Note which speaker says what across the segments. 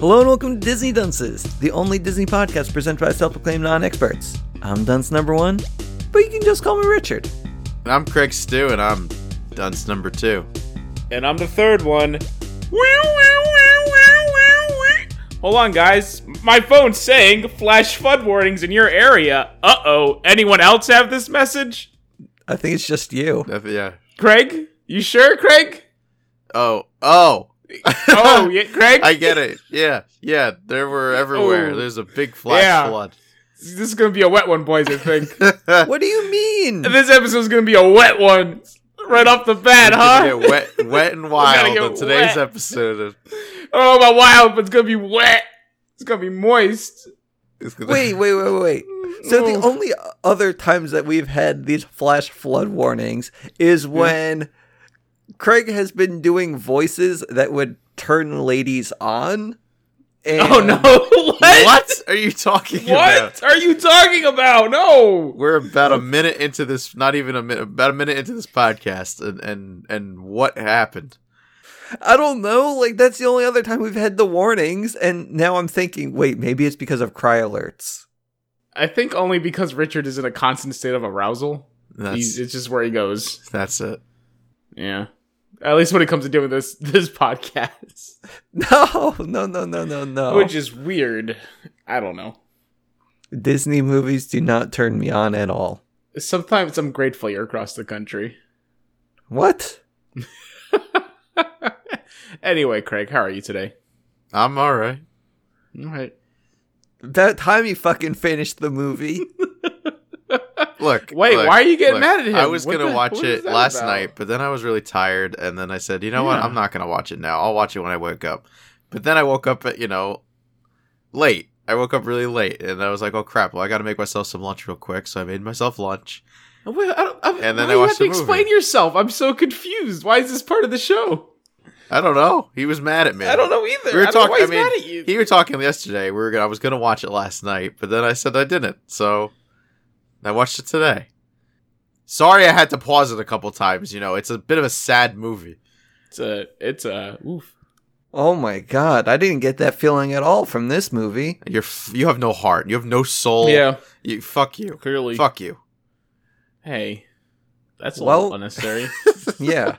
Speaker 1: Hello and welcome to Disney Dunces, the only Disney podcast presented by self-proclaimed non-experts. I'm dunce number one, but you can just call me Richard.
Speaker 2: And I'm Craig Stew, and I'm dunce number two.
Speaker 3: And I'm the third one. Hold on, guys. My phone's saying flash flood warnings in your area. Uh oh. Anyone else have this message?
Speaker 1: I think it's just you.
Speaker 2: That- yeah.
Speaker 3: Craig? You sure, Craig?
Speaker 2: Oh, oh,
Speaker 3: Oh, yeah, Craig?
Speaker 2: I get it. Yeah, yeah. There were everywhere.
Speaker 3: Oh.
Speaker 2: There's a big flash
Speaker 3: Yeah.
Speaker 2: flood.
Speaker 3: This is going to be a wet one, boys, I think.
Speaker 1: What do you mean?
Speaker 3: this episode's going to be a wet one. Right off the bat,
Speaker 2: It's
Speaker 3: huh?
Speaker 2: gonna get wet, wet and
Speaker 3: gotta
Speaker 2: wild
Speaker 3: get
Speaker 2: on today's
Speaker 3: wet.
Speaker 2: episode. of-
Speaker 3: Oh, my wild, but it's going to be wet. It's going to be moist.
Speaker 2: It's gonna-
Speaker 1: Wait, wait, wait, wait. So the
Speaker 3: Oof.
Speaker 1: only other times that we've had these flash flood warnings is when Craig has been doing voices that would turn ladies on. And
Speaker 3: Oh, no. what?
Speaker 2: What are you talking about?
Speaker 3: What are you talking about? No.
Speaker 2: We're about a minute into this. Not even a minute. About a minute into this podcast, and and and what happened?
Speaker 1: I don't know. Like that's the only other time we've had the warnings, and now I'm thinking, wait, maybe it's because of cry alerts.
Speaker 3: I think only because Richard is in a constant state of arousal. He's,
Speaker 2: That's
Speaker 3: it's just where he goes.
Speaker 2: that's it.
Speaker 3: Yeah. At least when it comes to doing this this podcast,
Speaker 1: No, no, no, no, no,
Speaker 2: Oh.
Speaker 1: no.
Speaker 3: which is weird. I don't know.
Speaker 1: Disney movies do not turn me on at all.
Speaker 3: Sometimes I'm grateful you're across the country.
Speaker 1: What?
Speaker 3: anyway, Craig, how are you today?
Speaker 2: I'm all right.
Speaker 3: All right.
Speaker 1: That time you fucking finished the movie.
Speaker 2: Look.
Speaker 3: Wait,
Speaker 2: look,
Speaker 3: why are you getting
Speaker 2: look,
Speaker 3: mad at him?
Speaker 2: I was
Speaker 3: What
Speaker 2: gonna
Speaker 3: the-
Speaker 2: watch
Speaker 3: what is
Speaker 2: it
Speaker 3: that
Speaker 2: last
Speaker 3: about?
Speaker 2: night, but then I was really tired, and then I said, you know what?
Speaker 3: Yeah.
Speaker 2: I'm not gonna watch it now. I'll watch it when I wake up. But then I woke up at you know late. I woke up really late, and I was like, oh crap! Well, I got to make myself some lunch real quick. So I made myself lunch.
Speaker 3: Wait, I don't, I, and
Speaker 2: then
Speaker 3: then
Speaker 2: I
Speaker 3: you
Speaker 2: watched
Speaker 3: have to
Speaker 2: the movie.
Speaker 3: explain yourself. I'm so confused. Why is this part of the show?
Speaker 2: I don't know. He was mad at me.
Speaker 3: I don't know either.
Speaker 2: We were
Speaker 3: I don't know
Speaker 2: talking.
Speaker 3: why
Speaker 2: I
Speaker 3: he's
Speaker 2: mean,
Speaker 3: mad at you.
Speaker 2: he were talking yesterday. We were. Gonna, I was gonna watch it last night, but then I said I didn't. So I watched it today. Sorry, I had to pause it a couple times. You know, it's a bit of a sad movie.
Speaker 3: It's a, it's a, oof.
Speaker 1: Oh my god, I didn't get that feeling at all from this movie.
Speaker 2: You're f- you have no heart. You have no soul.
Speaker 3: Yeah,
Speaker 2: You fuck you.
Speaker 3: clearly.
Speaker 2: Oh, Fuck you.
Speaker 3: Hey, that's a
Speaker 1: Well-
Speaker 3: little unnecessary.
Speaker 1: Yeah.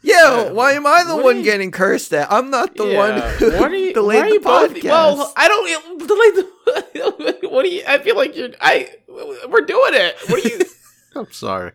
Speaker 1: Yeah,
Speaker 3: Uh,
Speaker 1: why am I the
Speaker 3: what
Speaker 1: one
Speaker 3: are you-
Speaker 1: getting cursed at? I'm not the one
Speaker 3: Yeah.
Speaker 1: who
Speaker 3: What are you,
Speaker 1: delayed
Speaker 3: why are you
Speaker 1: the
Speaker 3: both-
Speaker 1: podcast.
Speaker 3: Well, I don't it- delayed the. What do you? I feel like you're. I. We're doing it. What do you?
Speaker 2: I'm sorry.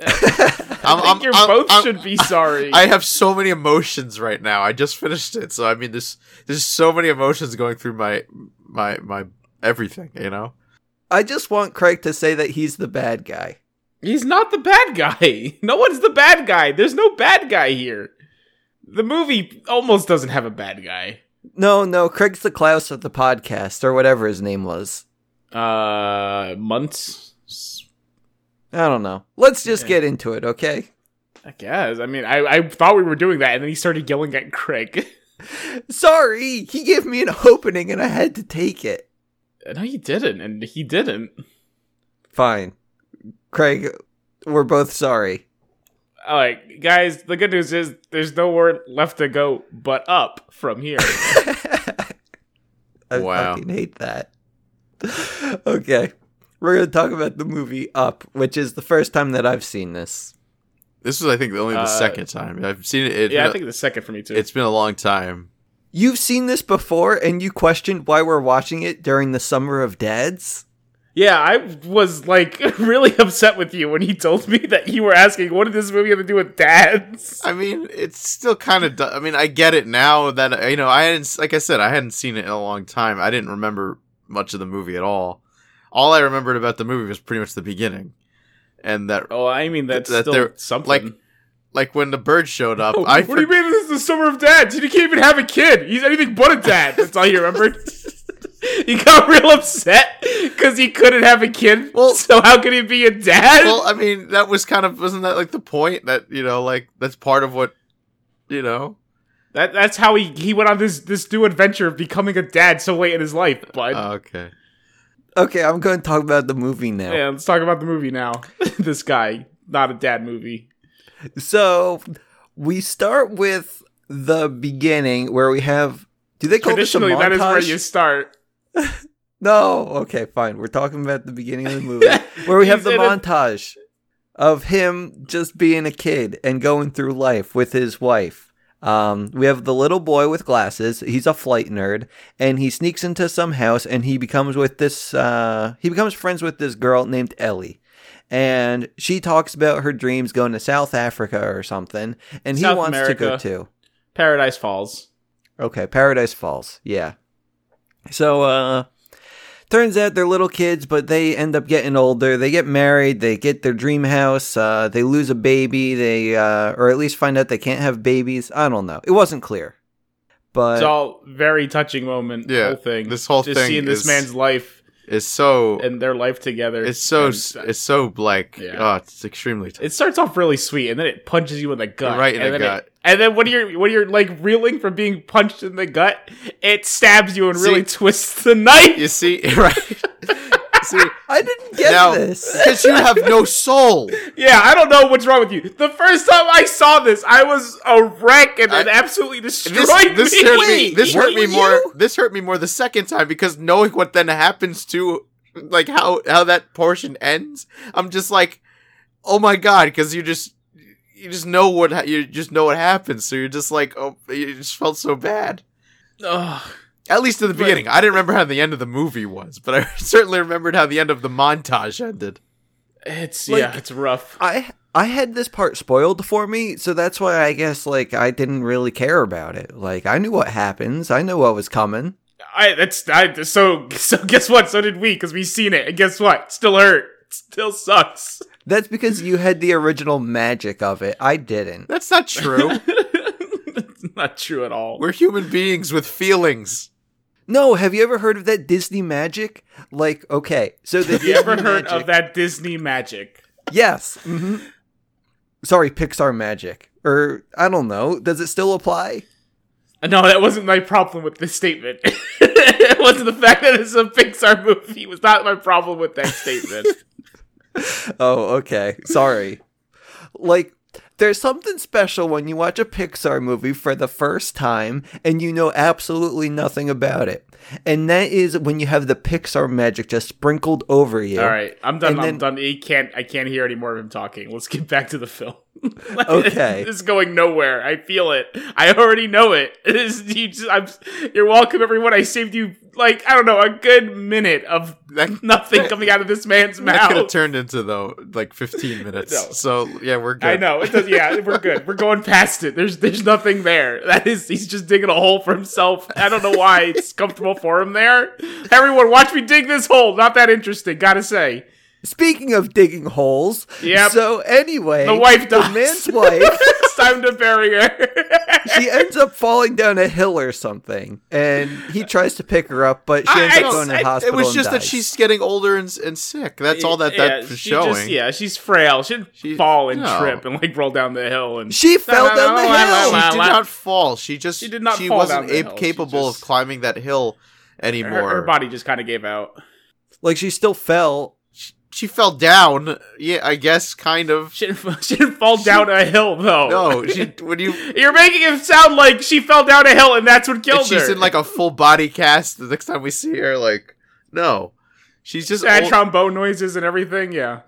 Speaker 3: I
Speaker 2: I'm-
Speaker 3: think
Speaker 2: I'm-
Speaker 3: you
Speaker 2: I'm-
Speaker 3: both
Speaker 2: I'm-
Speaker 3: should be sorry.
Speaker 2: I have so many emotions right now. I just finished it, so I mean, there's there's so many emotions going through my my my everything. You know,
Speaker 1: I just want Craig to say that he's the bad guy.
Speaker 3: He's not the bad guy. No one's the bad guy. There's no bad guy here. The movie almost doesn't have a bad guy.
Speaker 1: No, no, Craig's the Klaus of the podcast or whatever his name was.
Speaker 3: Uh, months.
Speaker 1: I don't know. Let's just
Speaker 3: Yeah.
Speaker 1: get into it, okay?
Speaker 3: I guess. I mean, I, I thought we were doing that, and then he started yelling at Craig.
Speaker 1: Sorry, he gave me an opening and I had to take it.
Speaker 3: no, you didn't, and he didn't.
Speaker 1: Fine. Craig, we're both sorry.
Speaker 3: All right, guys. The good news is there's nowhere left to go but up from here.
Speaker 1: I
Speaker 2: Wow.
Speaker 1: fucking hate that. Okay. We're going to talk about the movie Up, which is the first time that I've seen this.
Speaker 2: this was I think only the
Speaker 3: Uh,
Speaker 2: second time I've seen it. it
Speaker 3: yeah, I think the second for me too.
Speaker 2: it's been a long time.
Speaker 1: You've seen this before and you questioned why we're watching it during the Summer of Dads?
Speaker 3: Yeah, I was like really upset with you when he told me that you were asking, what did this movie have to do with dads?
Speaker 2: I mean, it's still kind of. I mean, I get it now that you know. I hadn't, like I said, I hadn't seen it in a long time. I didn't remember much of the movie at all. All I remembered about the movie was pretty much the beginning, and that
Speaker 3: Oh, I mean, that's
Speaker 2: That
Speaker 3: still
Speaker 2: they're-
Speaker 3: something.
Speaker 2: like like when the bird showed up.
Speaker 3: Oh,
Speaker 2: I
Speaker 3: what do you mean this is the summer of dads? You can't even have a kid. He's anything but a dad. That's all you remembered. he got real upset because he couldn't have a kid.
Speaker 2: Well-
Speaker 3: so how could he be a dad?
Speaker 2: well, I mean, that was kind of wasn't that like the point that you know, like that's part of what you know.
Speaker 3: that, that's how he, he went on this this new adventure of becoming a dad so late in his life. But
Speaker 2: Oh, okay,
Speaker 1: Okay, I'm going to talk about the movie now.
Speaker 3: yeah, let's talk about the movie now. this guy, not a dad movie.
Speaker 1: So we start with the beginning where we have. Do they call this a
Speaker 3: Traditionally,
Speaker 1: montage?
Speaker 3: that is where you start.
Speaker 1: No, okay, fine. We're talking about the beginning of the movie where we have
Speaker 3: He's
Speaker 1: the
Speaker 3: in a-
Speaker 1: montage of him just being a kid and going through life with his wife. Um, we have the little boy with glasses. He's a flight nerd, and he sneaks into some house and he becomes with this. Uh, he becomes friends with this girl named Ellie, and she talks about her dreams going to South Africa or something, and he
Speaker 3: South
Speaker 1: wants to go
Speaker 3: America.
Speaker 1: too.
Speaker 3: Paradise Falls.
Speaker 1: Okay, Paradise Falls. Yeah. So uh turns out they're little kids, but they end up getting older. They get married, they get their dream house, uh they lose a baby, they uh or at least find out they can't have babies. I don't know. It wasn't clear. But
Speaker 3: It's all very touching moment.
Speaker 2: Yeah,
Speaker 3: whole thing.
Speaker 2: this whole
Speaker 3: just
Speaker 2: thing
Speaker 3: seeing this
Speaker 2: is-
Speaker 3: man's life
Speaker 2: it's so
Speaker 3: and their life together.
Speaker 2: it's so
Speaker 3: and-
Speaker 2: s it's so like
Speaker 3: Yeah.
Speaker 2: oh, it's extremely. T-
Speaker 3: it starts off really sweet, and then it punches you in the gut.
Speaker 2: Right in
Speaker 3: and
Speaker 2: the
Speaker 3: then it-
Speaker 2: gut.
Speaker 3: and then when you're when you're like reeling from being punched in the gut, it stabs you and really
Speaker 2: See-
Speaker 3: twists the knife.
Speaker 2: you see, right? see,
Speaker 1: I didn't get
Speaker 2: now
Speaker 1: this.
Speaker 2: because you have no soul.
Speaker 3: Yeah, I don't know what's wrong with you. The first time I saw this, I was a wreck and it absolutely destroyed
Speaker 2: This,
Speaker 3: me.
Speaker 2: this hurt me. This hurt
Speaker 1: were
Speaker 2: me more.
Speaker 1: you?
Speaker 2: This hurt me more the second time because knowing what then happens to, like how how that portion ends, I'm just like, oh my god, because you just you just know what ha- you just know what happens, so you're just like, oh, you just felt so bad.
Speaker 3: Ugh.
Speaker 2: At least in the
Speaker 3: Right.
Speaker 2: beginning, I didn't remember how the end of the movie was, but I certainly remembered how the end of the montage ended.
Speaker 3: It's
Speaker 1: Like-
Speaker 3: yeah, it's rough.
Speaker 1: I I had this part spoiled for me, so that's why I guess like I didn't really care about it. Like I knew what happens. I knew what was coming.
Speaker 3: I that's I so so guess what? So did we because we seen it and guess what? Still hurt. Still sucks.
Speaker 1: That's because you had the original magic of it. I didn't.
Speaker 2: That's not true.
Speaker 3: It's Not true at all.
Speaker 2: We're human beings with feelings.
Speaker 1: No, have you ever heard of that Disney magic? Like, okay, so the
Speaker 3: Have you ever
Speaker 1: Disney
Speaker 3: heard
Speaker 1: magic-
Speaker 3: of that Disney magic?
Speaker 1: Yes. hmm Sorry, Pixar magic, or I don't know. Does it still apply?
Speaker 3: Uh, No, that wasn't my problem with this statement. it wasn't the fact that it's a Pixar movie. It was not my problem with that statement.
Speaker 1: Oh, okay. Sorry. like, there's something special when you watch a Pixar movie for the first time and you know absolutely nothing about it, and that is when you have the Pixar magic just sprinkled over you.
Speaker 3: All right, I'm done.
Speaker 1: And
Speaker 3: I'm
Speaker 1: then-
Speaker 3: done. He can't. I can't hear any more of him talking. Let's get back to the film.
Speaker 1: Okay.
Speaker 3: this is going nowhere. I feel it. I already know it. This, you just, I'm, you're welcome, everyone. I saved you like I don't know a good minute of
Speaker 2: That-
Speaker 3: nothing coming out of this man's
Speaker 2: That could have
Speaker 3: mouth.
Speaker 2: turned into though like 15 minutes.
Speaker 3: No.
Speaker 2: So yeah, we're good.
Speaker 3: I know it does. Yeah, we're good. We're going past it. There's there's nothing there. That is, he's just digging a hole for himself. I don't know why it's comfortable for him there. Everyone, watch me dig this hole. Not that interesting. Gotta say.
Speaker 1: Speaking of digging holes,
Speaker 3: Yep.
Speaker 1: So anyway,
Speaker 3: The wife
Speaker 1: the
Speaker 3: dies.
Speaker 1: man's wife.
Speaker 3: it's time to bury her.
Speaker 1: she ends up falling down a hill or something, and he tries to pick her up, but she
Speaker 3: I-
Speaker 1: ends
Speaker 3: I
Speaker 1: up
Speaker 3: don't-
Speaker 1: going to
Speaker 3: I- it
Speaker 1: the hospital.
Speaker 2: It was
Speaker 1: and
Speaker 2: just that
Speaker 1: dies.
Speaker 2: she's getting older and, and sick. That's all that that was
Speaker 3: she
Speaker 2: showing.
Speaker 3: Just, yeah, she's frail. She'd
Speaker 2: She-
Speaker 3: fall and
Speaker 2: no.
Speaker 3: trip and like roll down the hill and
Speaker 1: She fell
Speaker 3: no,
Speaker 1: down
Speaker 3: no, no, no,
Speaker 1: the hill.
Speaker 3: no, no.
Speaker 2: She did not fall. She just
Speaker 3: She did not
Speaker 2: She
Speaker 3: fall
Speaker 2: wasn't
Speaker 3: down the
Speaker 2: ab-
Speaker 3: hill. She
Speaker 2: capable
Speaker 3: just-
Speaker 2: of climbing that hill
Speaker 3: her,
Speaker 2: anymore.
Speaker 3: her body just kind of gave out.
Speaker 1: Like she still fell.
Speaker 2: She, she fell down. Yeah, I guess kind of.
Speaker 3: She didn't, she didn't fall down a hill though.
Speaker 2: no, she. When you.
Speaker 3: You're making it sound like she fell down a hill and that's what
Speaker 2: if
Speaker 3: killed
Speaker 2: she's
Speaker 3: her.
Speaker 2: in like a full body cast. The next time we see her, like no, she's just.
Speaker 3: sad
Speaker 2: old-
Speaker 3: trombone noises and everything. Yeah,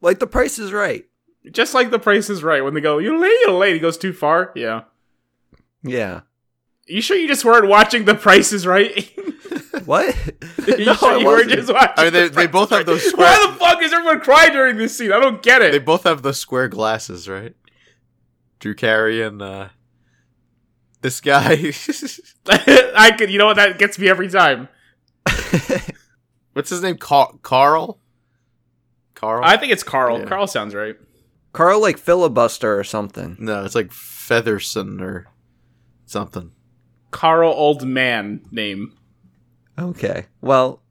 Speaker 1: Like the price is right.
Speaker 3: just like The Price is Right when they go, "You lady, you lady," goes too far. Yeah,
Speaker 1: Yeah.
Speaker 3: you sure you just weren't watching The Price is Right?
Speaker 1: What?
Speaker 3: You sure you were
Speaker 1: wasn't.
Speaker 3: just watching.
Speaker 2: I mean, they,
Speaker 3: the
Speaker 2: they both have those
Speaker 3: Friends?
Speaker 2: square.
Speaker 3: Why the fuck is everyone crying during this scene? I don't get
Speaker 2: They
Speaker 3: it.
Speaker 2: both have the square glasses, right? Drew Carey and uh, this guy.
Speaker 3: I could, you know what? That gets me every time.
Speaker 2: What's his name? Car- Carl. Carl.
Speaker 3: I think it's Carl.
Speaker 2: Yeah.
Speaker 3: Carl sounds right.
Speaker 1: Carl like filibuster or something.
Speaker 2: no, it's like Featherson or something.
Speaker 3: Carl old man name.
Speaker 1: Okay. Well,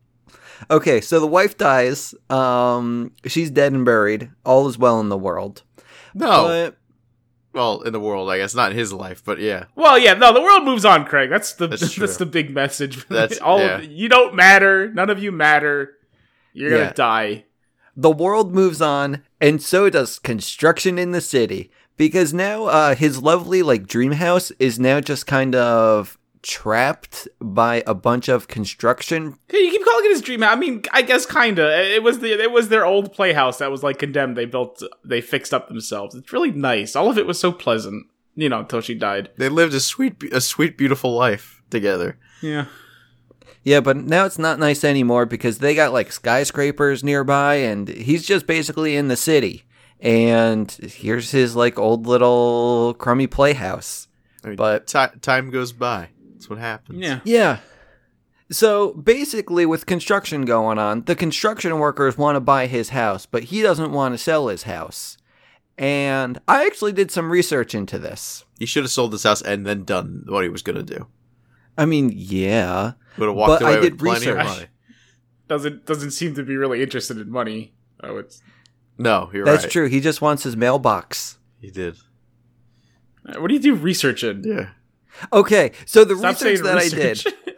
Speaker 1: okay. So the wife dies. Um, she's dead and buried. All is well in the world.
Speaker 3: Oh.
Speaker 2: No,
Speaker 1: But
Speaker 2: well, in the world, I guess not in his life, but yeah.
Speaker 3: Well, yeah, no, the world moves on, Craig. That's the
Speaker 2: That's
Speaker 3: that's, the
Speaker 2: true.
Speaker 3: big message.
Speaker 2: That's-
Speaker 3: all
Speaker 2: yeah.
Speaker 3: of, you don't matter. None of you matter. You're
Speaker 1: Yeah.
Speaker 3: gonna die.
Speaker 1: the world moves on, and so does construction in the city. Because now uh, his lovely like dream house is now just kind of trapped by a bunch of construction.
Speaker 3: Hey, You keep calling it his dream house. I mean, I guess kinda. It was the it was their old playhouse that was like condemned. They built, they fixed up themselves. It's really nice. All of it was so pleasant. You know, until she died.
Speaker 2: They lived a sweet, be- a sweet, beautiful life together.
Speaker 3: Yeah.
Speaker 1: Yeah, but now it's not nice anymore because they got like skyscrapers nearby, and he's just basically in the city. And here's his like old little crummy playhouse.
Speaker 2: I mean,
Speaker 1: But-
Speaker 2: ti- time goes by. That's what happens.
Speaker 3: Yeah.
Speaker 1: Yeah. So basically, with construction going on, the construction workers want to buy his house, but he doesn't want to sell his house. And I actually did some research into this.
Speaker 2: He should have sold this house and then done what he was gonna do.
Speaker 1: I mean, yeah.
Speaker 2: Would have walked
Speaker 1: But I
Speaker 2: away
Speaker 1: did
Speaker 2: with plenty of
Speaker 1: research.
Speaker 2: money.
Speaker 3: Doesn't doesn't seem to be really interested in money. Oh, it's
Speaker 2: No, you're
Speaker 1: that's
Speaker 2: right.
Speaker 1: true. He just wants his mailbox.
Speaker 2: He did.
Speaker 3: uh, what do you do research in?
Speaker 2: Yeah.
Speaker 1: Okay, so the
Speaker 3: Stop
Speaker 1: research
Speaker 3: saying
Speaker 1: that
Speaker 3: research.
Speaker 1: I did.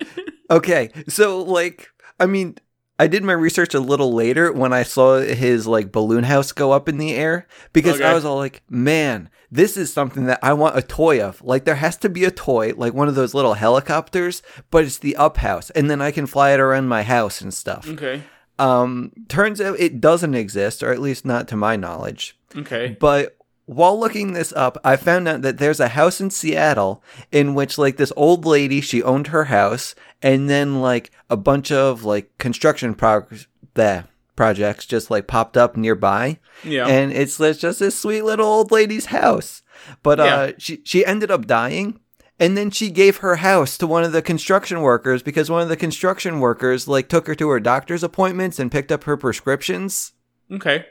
Speaker 1: Okay, so like, I mean, I did my research a little later when I saw his like balloon house go up in the air because I
Speaker 3: Okay.
Speaker 1: was all like, man, this is something that I want a toy of. Like, there has to be a toy, like one of those little helicopters, but it's the up house, and then I can fly it around my house and stuff.
Speaker 3: okay.
Speaker 1: Um, turns out it doesn't exist, or at least not to my knowledge.
Speaker 3: Okay.
Speaker 1: But while looking this up, I found out that there's a house in Seattle in which like this old lady, she owned her house and then like a bunch of like construction prog- bleh, projects just like popped up nearby
Speaker 3: Yeah.
Speaker 1: and it's like, just this sweet little old lady's house. But uh, she she ended up dying, and then she gave her house to one of the construction workers because one of the construction workers like took her to her doctor's appointments and picked up her prescriptions,
Speaker 3: okay.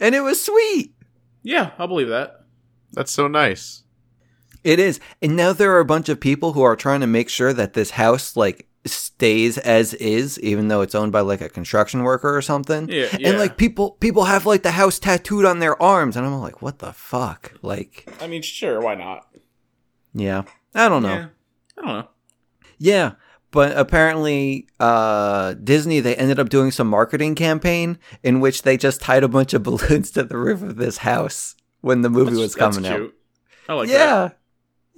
Speaker 1: and it was sweet.
Speaker 3: Yeah, I'll believe that.
Speaker 2: That's so nice.
Speaker 1: It is. And now there are a bunch of people who are trying to make sure that this house like stays as is even though it's owned by like a construction worker or something.
Speaker 3: Yeah, yeah.
Speaker 1: And like people people have like the house tattooed on their arms and I'm like what the fuck? Like
Speaker 3: I mean, sure, why not?
Speaker 1: yeah. I don't know.
Speaker 3: Yeah. I don't know.
Speaker 1: Yeah, but apparently uh, Disney they ended up doing some marketing campaign in which they just tied a bunch of balloons to the roof of this house when the movie was
Speaker 3: That's
Speaker 1: coming out.
Speaker 3: cute. I like that.
Speaker 1: yeah,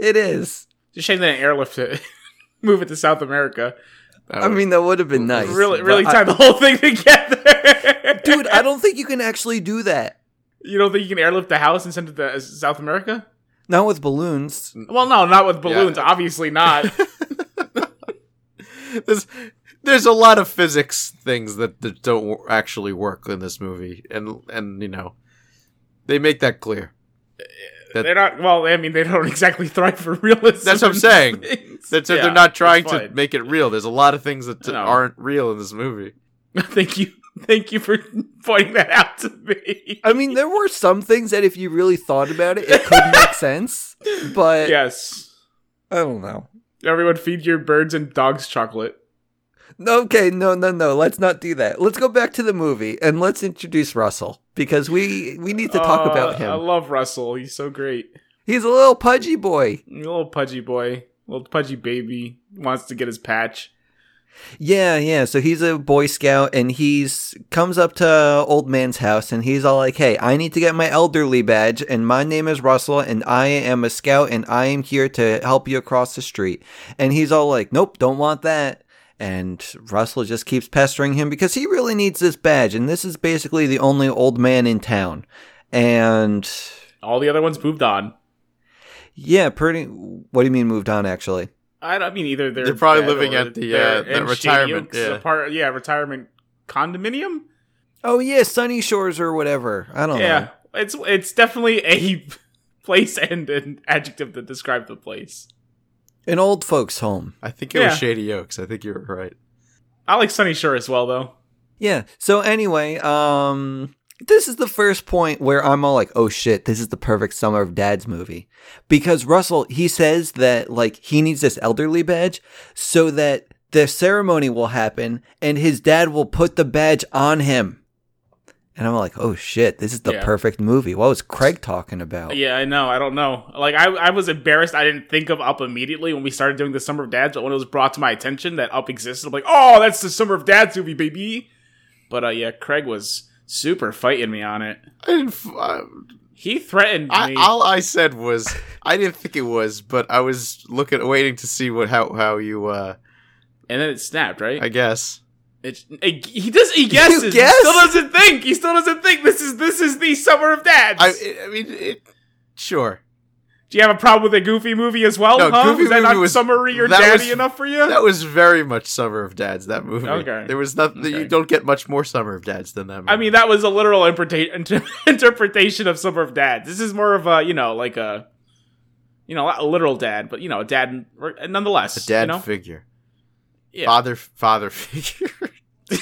Speaker 1: it is.
Speaker 3: It's a shame they didn't airlift it. Move it to South America.
Speaker 1: I mean, that would have been nice.
Speaker 3: really,
Speaker 1: but
Speaker 3: really
Speaker 1: I-
Speaker 3: tie the whole thing together.
Speaker 1: dude. I don't think you can actually do that.
Speaker 3: you don't think you can airlift the house and send it to uh, South America?
Speaker 1: Not with balloons.
Speaker 3: Well, no, not with balloons. Obviously not.
Speaker 2: there's there's a lot of physics things that, that don't wo- actually work in this movie, and and you know, they make that clear.
Speaker 3: They're not. Well, I mean, they don't exactly thrive for realism.
Speaker 2: That's what I'm
Speaker 3: and
Speaker 2: saying.
Speaker 3: things.
Speaker 2: That's
Speaker 3: Yeah,
Speaker 2: they're not trying
Speaker 3: it's
Speaker 2: to
Speaker 3: fine.
Speaker 2: make it real. There's a lot of things that t-
Speaker 3: No.
Speaker 2: aren't real in this movie.
Speaker 3: thank you, thank you for pointing that out to me.
Speaker 1: I mean, there were some things that if you really thought about it, it could make sense. But
Speaker 3: yes,
Speaker 1: I don't know.
Speaker 3: everyone feed your birds and dogs chocolate.
Speaker 1: Okay, no, no, no. Let's not do that. Let's go back to the movie and let's introduce Russell because we we need to talk
Speaker 3: Uh,
Speaker 1: about
Speaker 3: I
Speaker 1: him.
Speaker 3: love Russell. He's so great.
Speaker 1: He's a little pudgy boy.
Speaker 3: Little pudgy boy, little pudgy baby wants to get his patch.
Speaker 1: Yeah, yeah. So he's a boy scout and he's comes up to old man's house and he's all like, "Hey, I need to get my elderly badge and my name is Russell and I am a scout and I am here to help you across the street." And he's all like, "Nope, don't want that." And Russell just keeps pestering him because he really needs this badge and this is basically the only old man in town. And
Speaker 3: All the other ones moved on.
Speaker 1: yeah, pretty what do you mean moved on actually?
Speaker 3: I, don't, I mean, either they're
Speaker 2: They're probably
Speaker 3: dead
Speaker 2: living
Speaker 3: or
Speaker 2: at the,
Speaker 3: they're
Speaker 2: uh, the
Speaker 3: in
Speaker 2: retirement,
Speaker 3: Shady Oaks
Speaker 2: yeah.
Speaker 3: apart- yeah, retirement condominium.
Speaker 1: Oh yeah, Sunny Shores or whatever. I don't
Speaker 3: Yeah,
Speaker 1: know.
Speaker 3: it's it's definitely a place and an adjective that describe the place.
Speaker 1: An old folks home.
Speaker 2: I think it
Speaker 3: Yeah.
Speaker 2: was Shady Oaks. I think you were right.
Speaker 3: I like Sunny Shore as well, though.
Speaker 1: Yeah. So anyway, um this is the first point where I'm all like, "Oh shit, this is the perfect summer of dad's movie." Because Russell, he says that like he needs this elderly badge so that the ceremony will happen and his dad will put the badge on him. And I'm like, "Oh shit, this is the
Speaker 3: Yeah.
Speaker 1: perfect movie." What was Craig talking about?
Speaker 3: Yeah, I know. I don't know. Like, I, I was embarrassed. I didn't think of Up immediately when we started doing the Summer of Dads, but when it was brought to my attention that Up existed, I'm like, oh, that's the Summer of Dads movie, baby. But uh, yeah, Craig was super fighting me on it.
Speaker 2: I didn't. f- I,
Speaker 3: He threatened
Speaker 2: I,
Speaker 3: me.
Speaker 2: all I said was I didn't think it was, but I was looking, waiting to see what how how you. uh
Speaker 3: and then it snapped, right?
Speaker 2: I guess.
Speaker 3: It, it- he does. He guesses. He
Speaker 1: guessed?
Speaker 3: still doesn't think. He still doesn't think. This is this is the summer of dads.
Speaker 2: I I mean, it, sure.
Speaker 3: Do you have a problem with a Goofy movie as well?
Speaker 2: No,
Speaker 3: huh?
Speaker 2: Goofy
Speaker 3: was that
Speaker 2: movie
Speaker 3: not
Speaker 2: was-
Speaker 3: summary or
Speaker 2: that
Speaker 3: daddy
Speaker 2: was-
Speaker 3: enough for you?
Speaker 2: That was very much Summer of Dads. That movie.
Speaker 3: Okay.
Speaker 2: There was nothing.
Speaker 3: Okay.
Speaker 2: You don't get much more Summer of Dads than that. Movie.
Speaker 3: I mean, that was a literal interpreta- inter- interpretation of Summer of Dads. This is more of a, you know, like a, you know, not a literal dad, but you know, a dad or- nonetheless.
Speaker 2: a dad
Speaker 3: you know?
Speaker 2: figure,
Speaker 3: Yeah.
Speaker 2: father father figure.
Speaker 3: you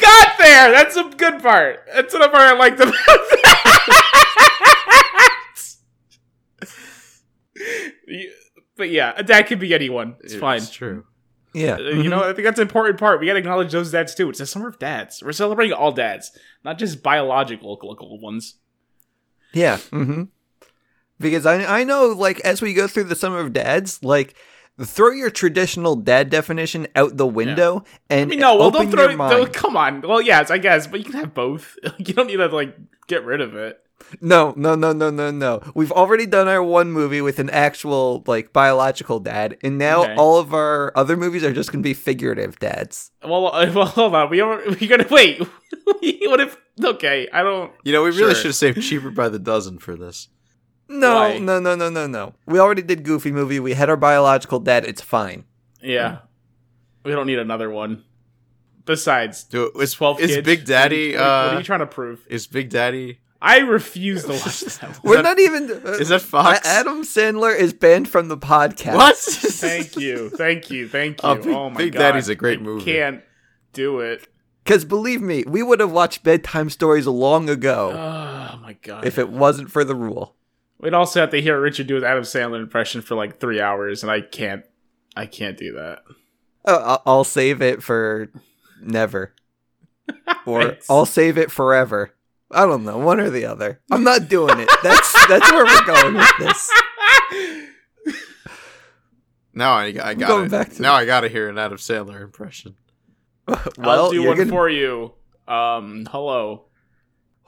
Speaker 3: got there. That's a good part. That's what I liked about that. You- but yeah, a dad could be anyone. It's fine.
Speaker 2: true.
Speaker 1: Yeah.
Speaker 3: Uh, You know, I think that's an important part. We gotta acknowledge those dads too. It's the summer of dads. We're celebrating all dads, not just biological local ones.
Speaker 1: Yeah. hmm Because I I know like as we go through the summer of dads, like throw your traditional dad definition out the window and
Speaker 3: I mean, no, well,
Speaker 1: open
Speaker 3: don't throw
Speaker 1: your
Speaker 3: it.
Speaker 1: mind.
Speaker 3: Don't, come on. Well, yes, I guess, but you can have both. you don't need to like get rid of it.
Speaker 1: No, no, no, no, no, no. We've already done our one movie with an actual like biological dad, and now
Speaker 3: Okay.
Speaker 1: all of our other movies are just going to be figurative dads.
Speaker 3: Well, uh, well, hold on. We are we gonna wait. what if? Okay, I don't.
Speaker 2: You know, we really
Speaker 3: Sure.
Speaker 2: should have saved cheaper by the dozen for this.
Speaker 1: No,
Speaker 3: Why?
Speaker 1: no, no, no, no, no. We already did Goofy movie. We had our biological dad. It's fine.
Speaker 3: Yeah, we don't need another one. Besides,
Speaker 2: Do it.
Speaker 3: it's
Speaker 2: Is,
Speaker 3: twelve.
Speaker 2: is
Speaker 3: kids.
Speaker 2: Big Daddy?
Speaker 3: What are you- what are
Speaker 2: Uh,
Speaker 3: you trying to prove?
Speaker 2: is Big Daddy?
Speaker 3: I refuse to watch that. one.
Speaker 1: We're
Speaker 2: that-
Speaker 1: not even. uh,
Speaker 2: Is that Fox?
Speaker 1: A- Adam Sandler is banned from the podcast.
Speaker 2: What?
Speaker 3: Thank you, thank you, thank you.
Speaker 2: Oh,
Speaker 3: Oh,
Speaker 2: Big-
Speaker 3: my
Speaker 2: Big
Speaker 3: god,
Speaker 2: Daddy's a great
Speaker 3: I
Speaker 2: movie.
Speaker 3: Can't do it.
Speaker 1: Because believe me, we would have watched bedtime stories long ago
Speaker 3: Oh my god.
Speaker 1: if it wasn't for the rule.
Speaker 3: We'd also have to hear Richard do his Adam Sandler impression for like three hours, and I can't, I can't do that.
Speaker 1: Oh, I- I'll save it for never. Or
Speaker 3: Thanks.
Speaker 1: I'll save it forever. I don't know, one or the other. I'm not doing it. That's that's where we're going with this.
Speaker 2: Now I, I got
Speaker 1: going
Speaker 2: it.
Speaker 1: back to
Speaker 2: now
Speaker 1: that.
Speaker 2: I got to hear an Adam Sandler impression.
Speaker 1: Well,
Speaker 3: I'll do
Speaker 1: you're
Speaker 3: one
Speaker 1: gonna-
Speaker 3: for you. Um, hello.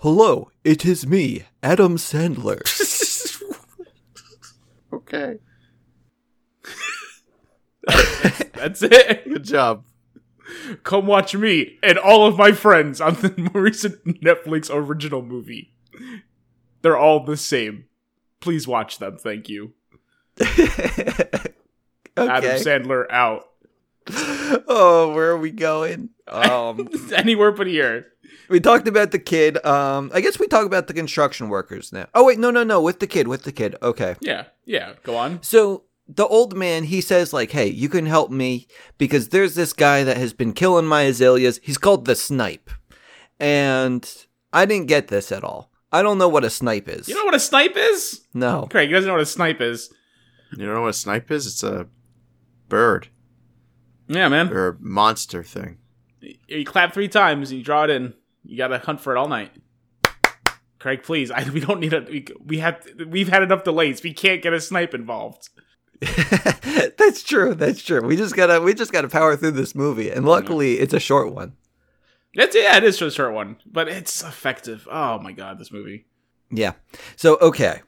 Speaker 1: Hello, it is me, Adam Sandler.
Speaker 2: Okay.
Speaker 3: That's it.
Speaker 2: Good job.
Speaker 3: Come watch me and all of my friends on the recent Netflix original movie. They're all the same. Please watch them. Thank you. Adam
Speaker 1: okay.
Speaker 3: Sandler out.
Speaker 1: Oh, where are we going? Um,
Speaker 3: Anywhere but here.
Speaker 1: we talked about the kid. Um, I guess we talk about the construction workers now. Oh wait, no, no, no, with the kid, with the kid. Okay.
Speaker 3: Yeah. Yeah. Go on.
Speaker 1: So the old man, he says, like, hey, you can help me because there's this guy that has been killing my azaleas. He's called the snipe. And I didn't get this at all. I don't know what a snipe is.
Speaker 3: You know what a snipe is?
Speaker 1: no.
Speaker 3: Craig, you guys know what a snipe is.
Speaker 2: You know what a snipe is? It's a bird
Speaker 3: Yeah, man.
Speaker 2: or a monster thing.
Speaker 3: You clap three times and you draw it in. You gotta hunt for it all night. Craig, please. I, we don't need a. We, we have. We've had enough delays. We can't get a snipe involved.
Speaker 1: that's true. That's true. We just gotta we just gotta power through this movie. And luckily it's a short one.
Speaker 3: That's yeah. It is a short one, but it's effective. Oh my god, this movie.
Speaker 1: Yeah. So okay.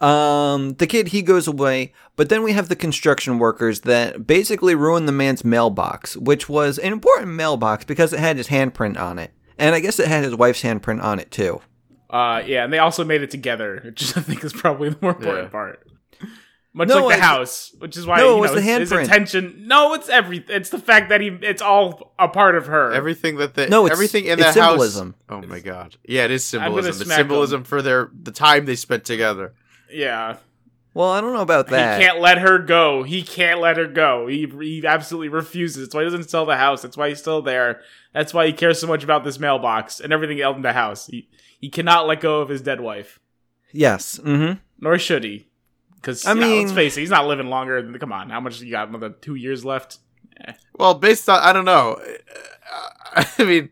Speaker 1: Um the kid he goes away, but then we have the construction workers that basically ruin the man's mailbox, which was an important mailbox because it had his handprint on it. And I guess it had his wife's handprint on it too.
Speaker 3: Uh, yeah, and they also made it together, which I think is probably the more important
Speaker 2: Yeah.
Speaker 3: part. Much
Speaker 1: No,
Speaker 3: like the
Speaker 1: I-
Speaker 3: house, which is why
Speaker 1: No, it
Speaker 3: you
Speaker 1: was
Speaker 3: know,
Speaker 1: the
Speaker 3: his, his
Speaker 1: handprint.
Speaker 3: attention. No, it's every. It's the fact that he. It's all a part of her.
Speaker 2: Everything that they
Speaker 1: No, it's-
Speaker 2: everything in
Speaker 1: it's
Speaker 2: that house-
Speaker 1: symbolism.
Speaker 2: Oh my god! Yeah, it is
Speaker 3: I'm gonna
Speaker 2: symbolism. It's
Speaker 3: smack
Speaker 2: symbolism for their the time they spent together.
Speaker 3: yeah,
Speaker 1: Well, I don't know about that.
Speaker 3: he can't let her go. He can't let her go. He he absolutely refuses. That's why he doesn't sell the house. That's why he's still there. That's why he cares so much about this mailbox and everything else in the house. He he cannot let go of his dead wife,
Speaker 1: Yes. hmm
Speaker 3: nor should he. Because
Speaker 1: I
Speaker 3: I mean,
Speaker 1: mean-
Speaker 3: let's face it, he's not living longer. than Come on, how much you got? Another two years left.
Speaker 2: Well, based on I don't know. Uh, I mean,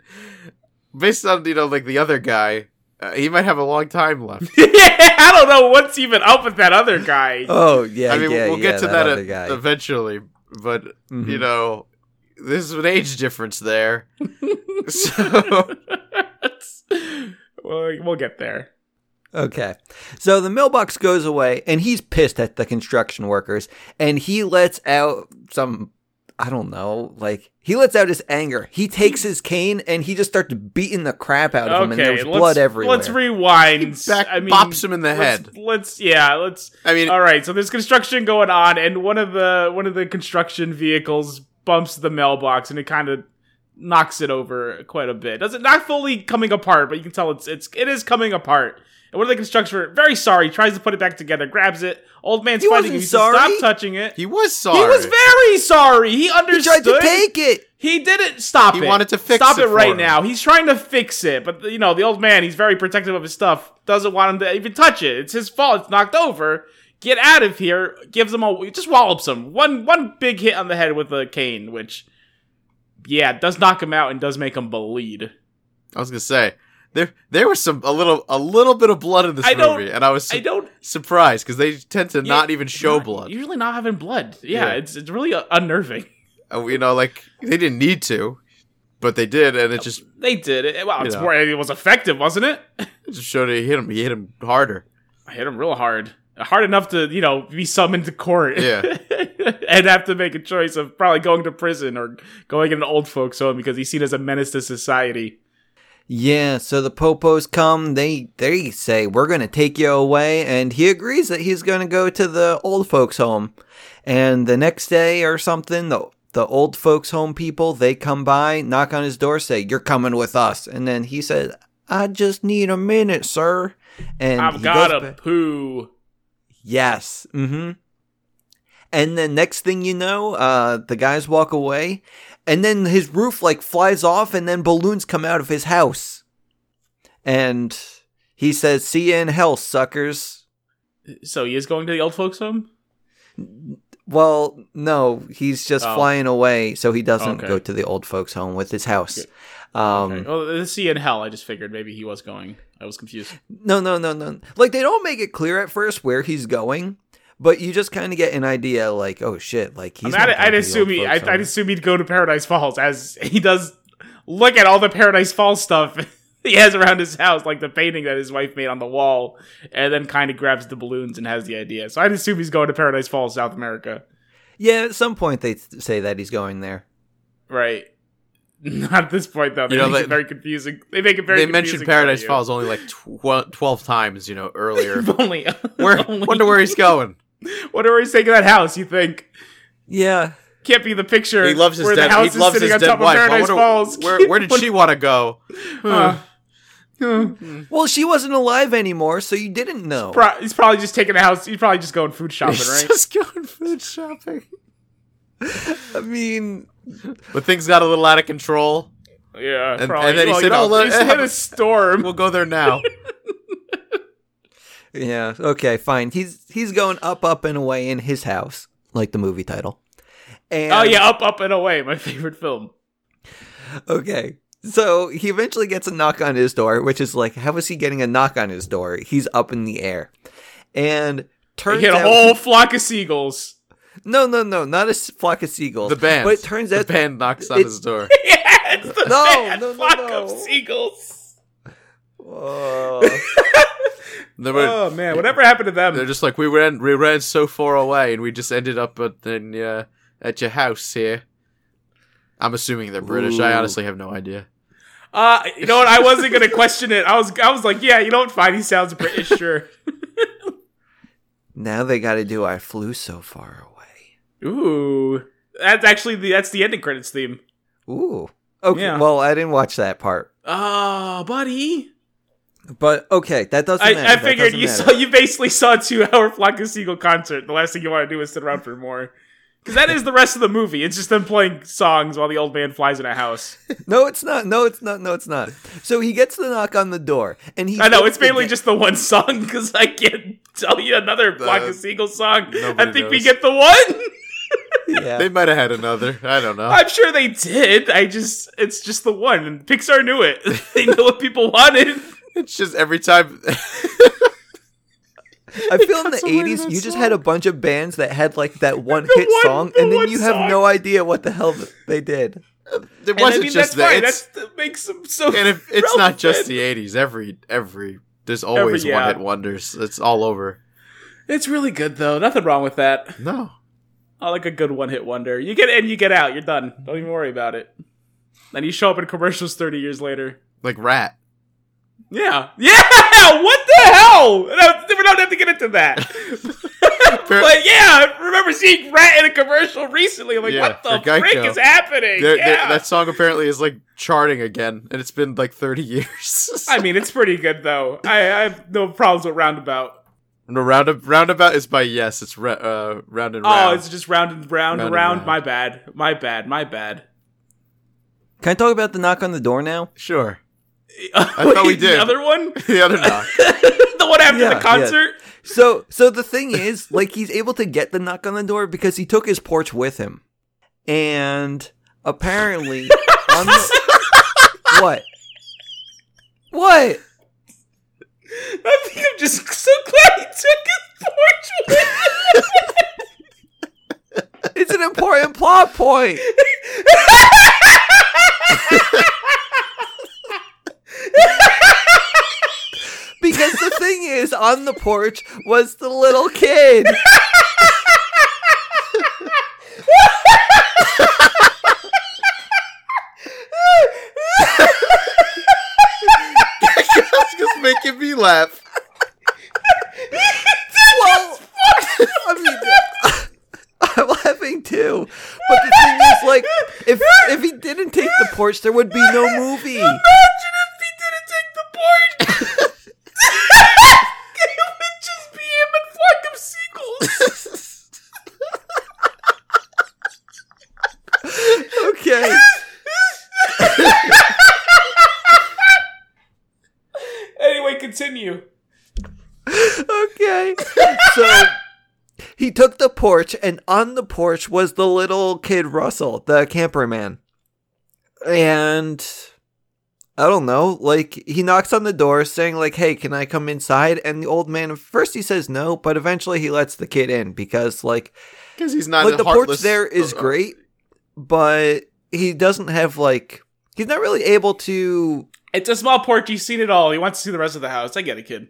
Speaker 2: based on you know like the other guy, uh, he might have a long time left.
Speaker 3: yeah, I don't know what's even up with that other guy.
Speaker 1: Oh yeah.
Speaker 2: I mean,
Speaker 1: yeah,
Speaker 2: we'll
Speaker 1: yeah,
Speaker 2: get to
Speaker 1: that,
Speaker 2: that,
Speaker 1: other
Speaker 2: e-
Speaker 1: guy.
Speaker 2: eventually, but
Speaker 1: Mhm.
Speaker 2: you know, there's an age difference there. so
Speaker 3: well, we'll get there.
Speaker 1: Okay. So the mailbox goes away and he's pissed at the construction workers and he lets out some I don't know, like he lets out his anger. He takes his cane and he just starts beating the crap out of him and
Speaker 3: okay,
Speaker 1: there's
Speaker 3: let's,
Speaker 1: blood everywhere.
Speaker 3: Let's rewind.
Speaker 2: back
Speaker 3: I mean,
Speaker 2: bops him in the
Speaker 3: let's-
Speaker 2: head.
Speaker 3: Let's yeah, let's
Speaker 2: I mean,
Speaker 3: All right, so there's construction going on, and one of the one of the construction vehicles bumps the mailbox, and it kind of knocks it over quite a bit. Doesn't not fully coming apart, but you can tell it's it's it is coming apart. And one of the construction very sorry tries to put it back together, grabs it. Old man's
Speaker 1: He
Speaker 3: fighting
Speaker 1: wasn't
Speaker 3: him. He says,
Speaker 1: sorry.
Speaker 3: Stop touching it. He,
Speaker 2: he was sorry.
Speaker 3: was very sorry. He
Speaker 1: he
Speaker 3: understood.
Speaker 1: tried to take it.
Speaker 3: He didn't stop
Speaker 2: He
Speaker 3: it.
Speaker 2: wanted to fix
Speaker 3: stop
Speaker 2: it
Speaker 3: it,
Speaker 2: for
Speaker 3: right
Speaker 2: him.
Speaker 3: now. He's trying to fix it, but you know the old man. He's very protective of his stuff. Doesn't want him to even touch it. It's his fault. It's knocked over. Get out of here. Gives him a just wallops him one one big hit on the head with a cane, which yeah does knock him out and does make him bleed.
Speaker 2: I was gonna say there there was some a little a little bit of blood in this
Speaker 3: I don't-
Speaker 2: movie, and I was su-
Speaker 3: I don't
Speaker 2: surprised because they tend to
Speaker 3: Yeah,
Speaker 2: not even show
Speaker 3: not-
Speaker 2: blood.
Speaker 3: Usually not having blood. Yeah,
Speaker 2: Yeah.
Speaker 3: it's it's really uh, unnerving.
Speaker 2: Uh, You know, like they didn't need to, but they did, and it just
Speaker 3: They did it. Well,
Speaker 2: You
Speaker 3: it's
Speaker 2: know.
Speaker 3: more, it was effective, wasn't it?
Speaker 2: it just showed it hit him. He hit him harder.
Speaker 3: I hit him real hard. Hard enough to, you know, be summoned to court.
Speaker 2: Yeah.
Speaker 3: and have to make a choice of probably going to prison or going in an old folks home because he's seen as a menace to society.
Speaker 1: Yeah, so the popos come, they they say, We're gonna take you away, and he agrees that he's gonna go to the old folks home. And the next day or something, the the old folks home people, they come by, knock on his door, say, You're coming with us and then he says, I just need a minute, sir. And he
Speaker 3: I've
Speaker 1: goes
Speaker 3: got a
Speaker 1: ba-
Speaker 3: poo.
Speaker 1: Yes. Mm-hmm. And then next thing you know, uh, the guys walk away, and then his roof like flies off, and then balloons come out of his house, and he says, "See you in hell, suckers."
Speaker 3: So he is going to the old folks home?
Speaker 1: Well, no, he's just
Speaker 3: Oh.
Speaker 1: flying away, so he doesn't
Speaker 3: Okay.
Speaker 1: go to the old folks' home with his house.
Speaker 3: Okay.
Speaker 1: Um,
Speaker 3: Okay. Well, the sea in hell, I just figured maybe he was going. I was confused.
Speaker 1: No, no, no, no. Like they don't make it clear at first where he's going, but you just kind of get an idea, like, "Oh shit!" Like
Speaker 3: I
Speaker 1: he's.
Speaker 3: mean, I'd,
Speaker 1: not going
Speaker 3: I'd
Speaker 1: to the
Speaker 3: assume
Speaker 1: old
Speaker 3: he,
Speaker 1: folks'
Speaker 3: I'd, I'd
Speaker 1: home.
Speaker 3: assume he'd go to Paradise Falls as he does look at all the Paradise Falls stuff he has around his house, like the painting that his wife made on the wall, and then kind of grabs the balloons and has the idea. So I'd assume he's going to Paradise Falls, South America,
Speaker 1: Yeah, at some point they th- say that he's going there.
Speaker 3: right? Not at this point though. They
Speaker 2: You know,
Speaker 3: make
Speaker 2: they-
Speaker 3: it very confusing. They make it very.
Speaker 2: they mentioned
Speaker 3: confusing for
Speaker 2: Paradise
Speaker 3: you.
Speaker 2: Falls only like tw- twelve times, you know, earlier.
Speaker 3: If only.
Speaker 2: where
Speaker 3: only-
Speaker 2: wonder where he's going.
Speaker 3: Wonder where he's taking that house. You think
Speaker 1: Yeah.
Speaker 3: can't be the picture?
Speaker 2: He loves his
Speaker 3: where
Speaker 2: dead.
Speaker 3: the house
Speaker 2: he
Speaker 3: is
Speaker 2: loves
Speaker 3: sitting
Speaker 2: his
Speaker 3: on
Speaker 2: dead
Speaker 3: top
Speaker 2: wife.
Speaker 3: of
Speaker 2: I
Speaker 3: Paradise
Speaker 2: wonder-
Speaker 3: Falls.
Speaker 2: Where, where did she want to go?
Speaker 3: Uh, uh.
Speaker 1: Well, she wasn't alive anymore, so you didn't know.
Speaker 3: Pro- he's probably just taking a house. He's probably just going food shopping, right?
Speaker 2: just going food shopping.
Speaker 1: I mean,
Speaker 2: But things got a little out of control.
Speaker 3: yeah,
Speaker 2: and
Speaker 3: probably.
Speaker 2: then he
Speaker 3: Well,
Speaker 2: said,
Speaker 3: you know,
Speaker 2: "Oh, let-
Speaker 3: he's hit a storm."
Speaker 2: We'll go there now.
Speaker 1: yeah, okay, fine. He's he's going up, up, and away in his house, like the movie title. And,
Speaker 3: Oh yeah, up, up and away. My favorite film.
Speaker 1: Okay. So he eventually gets a knock on his door, which is like, how is he getting a knock on his door? He's up in the air, and
Speaker 3: He
Speaker 1: turns
Speaker 3: hit a
Speaker 1: out
Speaker 3: whole flock of seagulls.
Speaker 1: no, no, no, not a s- flock of seagulls.
Speaker 2: The band.
Speaker 1: But it turns
Speaker 2: the
Speaker 1: out
Speaker 2: band knocks on
Speaker 1: it-
Speaker 2: his door.
Speaker 3: yeah, it's the
Speaker 1: No,
Speaker 3: bad
Speaker 1: no, no,
Speaker 3: flock
Speaker 1: no.
Speaker 3: of seagulls.
Speaker 1: Oh.
Speaker 2: They were-
Speaker 3: Oh man, whatever happened to them?
Speaker 2: They're just like we ran, we ran so far away, and we just ended up at in, uh, at your house here. I'm assuming they're British. I
Speaker 1: Ooh.
Speaker 2: honestly have no idea.
Speaker 3: Uh, you know what? I wasn't gonna question it. I was, I was like, yeah, you know what? Fine, he sounds British, sure.
Speaker 1: Now they got to do I flew so far away.
Speaker 3: Ooh, that's actually the that's the ending credits theme.
Speaker 1: Ooh. Okay.
Speaker 3: Yeah.
Speaker 1: Well, I didn't watch that part,
Speaker 3: Oh, buddy.
Speaker 1: but okay, that doesn't matter.
Speaker 3: I, I
Speaker 1: That
Speaker 3: figured
Speaker 1: doesn't
Speaker 3: you
Speaker 1: matter.
Speaker 3: saw you basically saw a two hour Flock of Seagull concert. The last thing you want to do is sit around for more. Because that is the rest of the movie. It's just them playing songs while the old man flies in a house.
Speaker 1: No, it's not. No, it's not. No, it's not. So he gets the knock on the door, and he.
Speaker 3: I know,
Speaker 1: gets
Speaker 3: it's
Speaker 1: the
Speaker 3: mainly
Speaker 1: ga-
Speaker 3: just the one song because I can't tell you another Flock
Speaker 2: Uh,
Speaker 3: of Seagull song. I
Speaker 2: nobody
Speaker 3: think we
Speaker 2: knows.
Speaker 3: get the one.
Speaker 1: Yeah.
Speaker 2: They might have had another. I don't know.
Speaker 3: I'm sure they did. I just, it's just the one. And Pixar knew it. they knew what people wanted.
Speaker 2: It's just every time.
Speaker 1: I feel in the
Speaker 2: cuts away to
Speaker 1: eighties,
Speaker 2: that
Speaker 1: you just
Speaker 2: song.
Speaker 1: had a bunch of bands that had like that one
Speaker 3: The
Speaker 1: hit
Speaker 3: one-
Speaker 1: song,
Speaker 3: the
Speaker 1: and then
Speaker 3: one
Speaker 1: you have
Speaker 3: song.
Speaker 1: no idea what the hell th- they did.
Speaker 2: It
Speaker 3: And I
Speaker 2: wasn't
Speaker 3: mean,
Speaker 2: just
Speaker 3: that's fine.
Speaker 2: that. It's,
Speaker 3: That's, that makes them so.
Speaker 2: and if, it's not
Speaker 3: relevant.
Speaker 2: just the '80s. Every every there's always
Speaker 3: yeah.
Speaker 2: one hit wonders. It's all over.
Speaker 3: It's really good though. Nothing wrong with that.
Speaker 2: No,
Speaker 3: I Oh, like a good one-hit wonder. You get in, you get out. You're done. Don't even worry about it. Then you show up in commercials 30 years later.
Speaker 2: like Rat.
Speaker 3: Yeah. Yeah. What the hell? No, we don't have to get into that. but yeah, I remember seeing Rat in a commercial recently. I'm like,
Speaker 2: Yeah,
Speaker 3: what the
Speaker 2: for Geico.
Speaker 3: frick is happening?
Speaker 2: They're-
Speaker 3: yeah.
Speaker 2: they're- that song apparently is like charting again, and it's been like 30 years.
Speaker 3: I mean, it's pretty good though. I, I have no problems with Roundabout.
Speaker 2: no, roundabout, roundabout is by Yes. It's ra- uh, round and
Speaker 3: Oh,
Speaker 2: round.
Speaker 3: it's just round and round,
Speaker 2: Round and
Speaker 3: and round.
Speaker 2: round.
Speaker 3: My bad. My bad. My bad.
Speaker 1: Can I talk about the knock on the door now?
Speaker 2: sure. thought we did.
Speaker 3: the other one.
Speaker 2: The other knock.
Speaker 3: the one after
Speaker 1: Yeah, yeah.
Speaker 3: the concert.
Speaker 1: So, so the thing is, like, he's able to get the knock on the door because he took his porch with him, and apparently, on the- what? What?
Speaker 3: I think I'm just so glad he took his porch with him.
Speaker 1: It's an important plot point. Because the thing is, on the porch was the little kid.
Speaker 2: That's just making me laugh.
Speaker 1: Well, I mean, I'm laughing too. But the thing is, like, if if he didn't take the porch, there would be no movie.
Speaker 3: Imagine if he didn't take the porch. it would just be him and flock of seagulls.
Speaker 1: Okay.
Speaker 3: anyway, continue.
Speaker 1: Okay. So he took the porch, and on the porch was the little kid Russell, the camper man. And I don't know, like he knocks on the door saying, like, hey, can I come inside? And the old man first he says no, but eventually he lets the kid in because like
Speaker 2: Because he's not
Speaker 1: like
Speaker 2: a
Speaker 1: the
Speaker 2: heartless,
Speaker 1: porch there is
Speaker 2: uh,
Speaker 1: great, but he doesn't have like he's not really able to
Speaker 3: It's a small porch. He's seen it all. He wants to see the rest of the house. I get it, kid.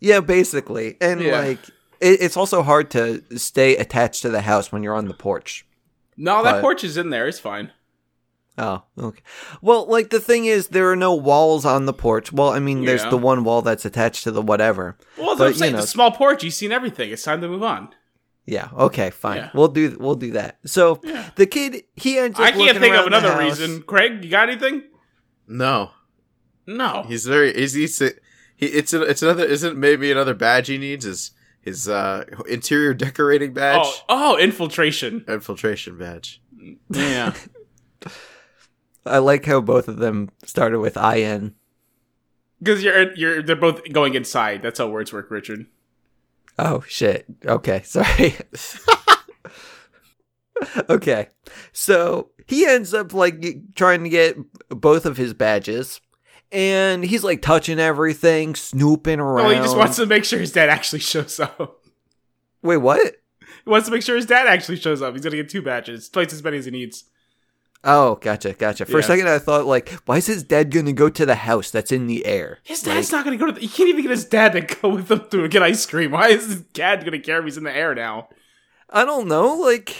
Speaker 1: Yeah, basically. And
Speaker 3: Yeah.
Speaker 1: like it, it's also hard to stay attached to the house when you're on the porch.
Speaker 3: No, that
Speaker 1: But-
Speaker 3: porch is in there. It's fine.
Speaker 1: Oh, okay. Well, like the thing is there are no walls on the porch. Well, I mean there's
Speaker 3: Yeah.
Speaker 1: the one wall that's attached to the whatever.
Speaker 3: Well, that's
Speaker 1: But,
Speaker 3: what I'm
Speaker 1: you
Speaker 3: saying.
Speaker 1: know-
Speaker 3: The small porch. He's seen everything. It's time to move on.
Speaker 1: Yeah, okay, fine.
Speaker 3: Yeah.
Speaker 1: We'll do we'll do that. So
Speaker 3: Yeah.
Speaker 1: the kid he ends up
Speaker 3: I can't
Speaker 1: looking
Speaker 3: think of
Speaker 1: around the
Speaker 3: another
Speaker 1: house.
Speaker 3: reason. Craig, you got anything?
Speaker 2: No,
Speaker 3: No.
Speaker 2: he's very. He's, he's he, it's a, it's another. Isn't maybe another badge he needs is his uh interior decorating badge,
Speaker 3: Oh, oh, infiltration.
Speaker 2: infiltration badge.
Speaker 3: Yeah.
Speaker 1: I like how both of them started with IN.
Speaker 3: Because you're you're they're both going inside. That's how words work, Richard.
Speaker 1: Oh shit. Okay, sorry. okay. So he ends up like g- trying to get both of his badges and he's like touching everything, snooping
Speaker 3: Well,
Speaker 1: around.
Speaker 3: Oh, he just wants to make sure his dad actually shows up.
Speaker 1: Wait, what?
Speaker 3: He wants to make sure his dad actually shows up. He's gonna get two badges, twice as many as he needs.
Speaker 1: Oh, gotcha, gotcha. For a
Speaker 3: Yeah.
Speaker 1: second I thought like, why is his dad going to go to the house that's in the air?
Speaker 3: His dad's not gonna go to. The, he can't even get his dad to go with him to get ice cream. Why is his dad gonna care if he's in the air now?
Speaker 1: I don't know, like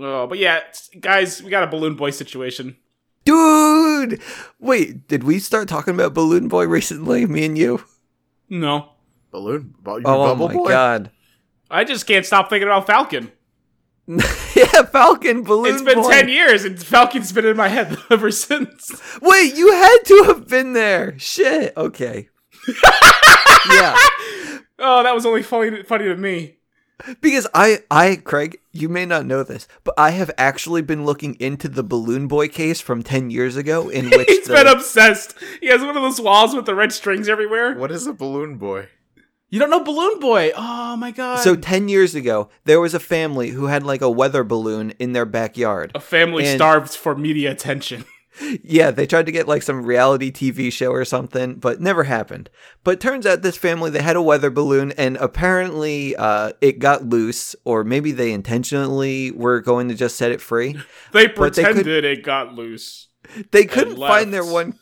Speaker 3: Oh, but yeah, it's- guys, we got a balloon boy situation.
Speaker 1: dude. Wait, did we start talking about Balloon Boy recently, me and you?
Speaker 3: No,
Speaker 2: Balloon. bu-
Speaker 1: Oh
Speaker 2: Bubble
Speaker 1: my
Speaker 2: boy?
Speaker 1: god.
Speaker 3: I just can't stop thinking about Falcon.
Speaker 1: yeah, Falcon balloon.
Speaker 3: It's been
Speaker 1: boy.
Speaker 3: ten years, and Falcon's been in my head ever since.
Speaker 1: Wait, you had to have been there. Shit. Okay. yeah,
Speaker 3: Oh, that was only funny, funny to me.
Speaker 1: because I, I, Craig, you may not know this, but I have actually been looking into the Balloon Boy case from ten years ago, in which
Speaker 3: He's
Speaker 1: the,
Speaker 3: been obsessed. He has one of those walls with the red strings everywhere.
Speaker 2: What is a balloon boy?
Speaker 3: You don't know Balloon Boy? Oh my god!
Speaker 1: So 10 years ago, there was a family who had like a weather balloon in their backyard.
Speaker 3: a family
Speaker 1: and-
Speaker 3: starved for media attention.
Speaker 1: Yeah, they tried to get like some reality TV show or something, but never happened. But turns out this family they had a weather balloon and apparently uh it got loose or maybe they intentionally were going to just set it free.
Speaker 3: They
Speaker 1: But they could-
Speaker 3: pretended it got loose.
Speaker 1: They couldn't
Speaker 3: left.
Speaker 1: find their one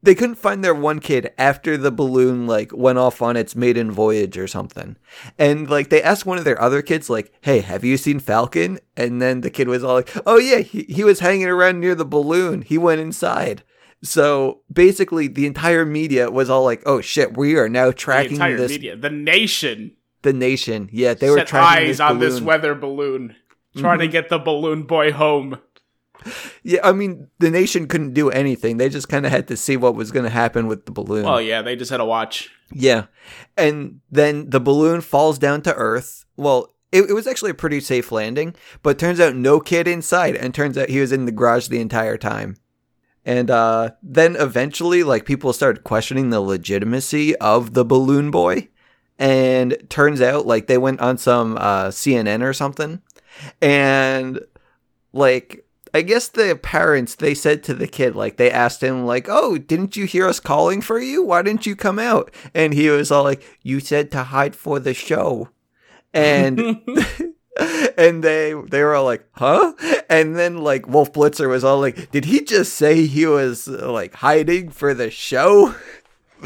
Speaker 1: they couldn't find their one kid after the balloon like went off on its maiden voyage or something. And like they asked one of their other kids like, "Hey, have you seen Falcon?" And then the kid was all like, "Oh yeah, he, he was hanging around near the balloon. He went inside." So basically the entire media was all like, "Oh shit, we are now
Speaker 3: The
Speaker 1: tracking
Speaker 3: entire
Speaker 1: this
Speaker 3: media, the nation,
Speaker 1: the nation." Yeah, they were
Speaker 3: set
Speaker 1: tracking
Speaker 3: eyes
Speaker 1: this
Speaker 3: on this
Speaker 1: balloon. Mm-hmm.
Speaker 3: weather balloon, trying to get the balloon boy home.
Speaker 1: Yeah, I mean, the nation couldn't do anything. They just kind of had to see what was going to happen with the balloon.
Speaker 3: Well, yeah, they just had to watch.
Speaker 1: Yeah. And then the balloon falls down to Earth. Well, it, it was actually a pretty safe landing, but turns out no kid inside, and turns out he was in the garage the entire time. And uh, then eventually, like, people started questioning the legitimacy of the balloon boy. And turns out, like, they went on some uh, CNN or something. And, like, I guess the parents, they said to the kid, like, they asked him, like, oh, didn't you hear us calling for you? Why didn't you come out? And he was all like, you said to hide for the show. And. And they they were all like, huh? And then like Wolf Blitzer was all like, did he just say he was uh, like hiding for the show?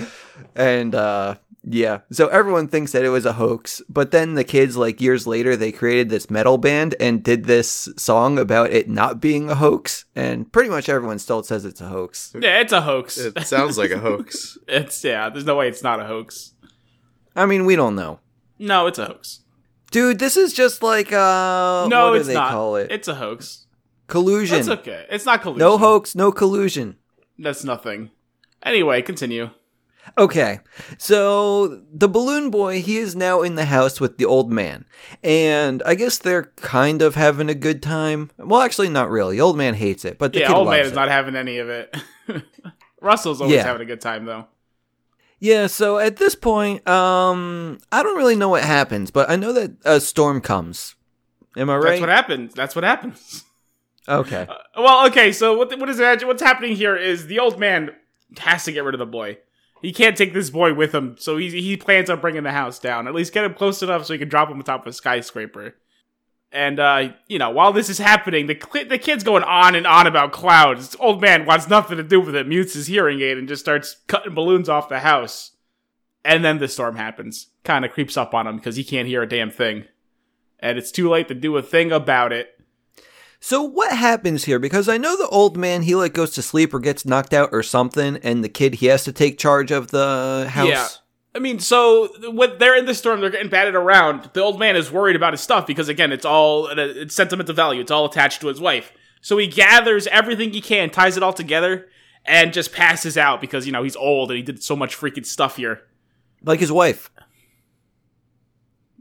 Speaker 1: And uh yeah, so everyone thinks that it was a hoax, but then the kids like years later they created this metal band and did this song about it not being a hoax and pretty much everyone still says it's a hoax.
Speaker 3: Yeah, it's a hoax.
Speaker 2: It sounds like a hoax.
Speaker 3: it's yeah. There's no way it's not a hoax.
Speaker 1: I mean, we don't know.
Speaker 3: No, it's a hoax.
Speaker 1: Dude, this is just like uh
Speaker 3: no,
Speaker 1: what do
Speaker 3: it's
Speaker 1: they
Speaker 3: not.
Speaker 1: call it?
Speaker 3: It's a hoax.
Speaker 1: collusion.
Speaker 3: That's okay. It's not collusion.
Speaker 1: No hoax, no collusion.
Speaker 3: That's nothing. Anyway, continue.
Speaker 1: Okay. So the balloon boy, he is now in the house with the old man. And I guess they're kind of having a good time. Well, actually not really. The old man hates it, but the
Speaker 3: yeah,
Speaker 1: kid
Speaker 3: old
Speaker 1: loves
Speaker 3: man is
Speaker 1: it.
Speaker 3: not having any of it. Russell's always
Speaker 1: Yeah.
Speaker 3: having a good time though.
Speaker 1: Yeah, so at this point, um I don't really know what happens, but I know that a storm comes. Am I right?
Speaker 3: That's what happens. That's what happens.
Speaker 1: okay.
Speaker 3: Uh, Well, okay. So what? What is it? What's happening here is the old man has to get rid of the boy. He can't take this boy with him, so he he plans on bringing the house down. At least get him close enough so he can drop him on top of a skyscraper. And uh, you know, while this is happening, the cl- the kid's going on and on about clouds. This old man wants nothing to do with it. Mutes his hearing aid and just starts cutting balloons off the house. And then the storm happens. Kind of creeps up on him because he can't hear a damn thing, and it's too late to do a thing about it.
Speaker 1: So what happens here? Because I know the old man he like goes to sleep or gets knocked out or something, and the kid he has to take charge of the house.
Speaker 3: Yeah. I mean, so when they're in the storm, they're getting batted around. The old man is worried about his stuff because, again, it's all uh, it's sentimental value. It's all attached to his wife. So he gathers everything he can, ties it all together, and just passes out because you know he's old and he did so much freaking stuff here.
Speaker 1: Like his wife.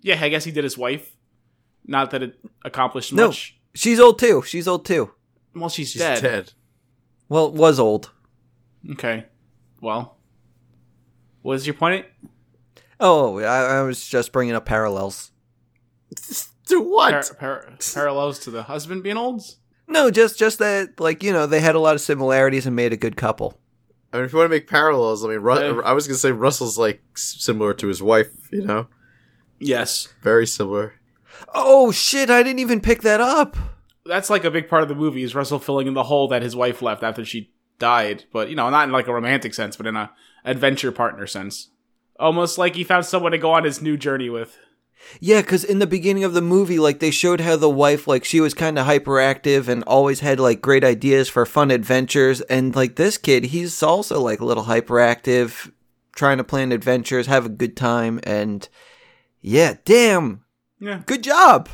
Speaker 3: Yeah, I guess he did his wife. Not that it accomplished
Speaker 1: No.
Speaker 3: much.
Speaker 1: She's old too. She's old too.
Speaker 3: Well, she's,
Speaker 2: She's
Speaker 3: dead.
Speaker 2: dead.
Speaker 1: Well, was old.
Speaker 3: Okay. Well, what is your point?
Speaker 1: Oh, I, I was just bringing up parallels.
Speaker 2: To what?
Speaker 3: Par- par- parallels to the husband being old.
Speaker 1: No, just just that, like you know, they had a lot of similarities and made a good couple.
Speaker 2: I mean, if you want to make parallels, I mean, Ru-
Speaker 3: Yeah.
Speaker 2: I was gonna say Russell's like s- similar to his wife. You know,
Speaker 3: Yes.
Speaker 2: very similar.
Speaker 1: Oh shit! I didn't even pick that up.
Speaker 3: that's like a big part of the movie is Russell filling in the hole that his wife left after she died, but you know, not in like a romantic sense, but in a adventure partner sense. Almost like he found someone to go on his new journey with.
Speaker 1: Yeah, because in the beginning of the movie, like they showed how the wife, like she was kind of hyperactive and always had like great ideas for fun adventures, and like this kid, he's also like a little hyperactive, trying to plan adventures, have a good time, and yeah, damn,
Speaker 3: Yeah.
Speaker 1: Good job.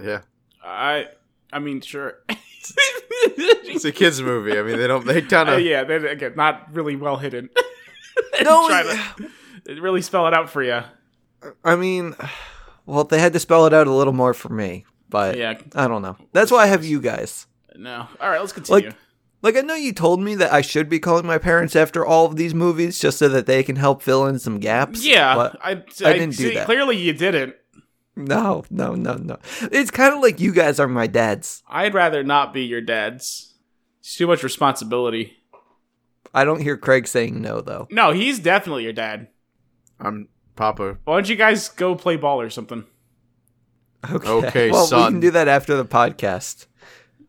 Speaker 2: Yeah,
Speaker 3: I I mean, sure.
Speaker 2: it's a kids movie. I mean, they don't they kind
Speaker 3: Uh,
Speaker 2: of
Speaker 3: yeah, they again, not really well hidden.
Speaker 1: No,
Speaker 3: Try to they really spell it out for you.
Speaker 1: I mean, well, they had to spell it out a little more for me, but
Speaker 3: Yeah.
Speaker 1: I don't know. That's why I have you guys.
Speaker 3: No. All right, let's continue.
Speaker 1: Like- Like, I know you told me that I should be calling my parents after all of these movies just so that they can help fill in some gaps.
Speaker 3: yeah,
Speaker 1: but-
Speaker 3: I, I
Speaker 1: didn't do
Speaker 3: see,
Speaker 1: that.
Speaker 3: Clearly, you didn't.
Speaker 1: no, no, no, no. It's kind of like you guys are my dads.
Speaker 3: I'd rather not be your dad's. It's too much responsibility.
Speaker 1: I don't hear Craig saying no, though.
Speaker 3: No, he's definitely your dad.
Speaker 2: I'm Papa.
Speaker 3: Why don't you guys go play ball or something?
Speaker 1: Okay,
Speaker 2: Okay,
Speaker 1: well, we
Speaker 2: son.
Speaker 1: can do that after the podcast.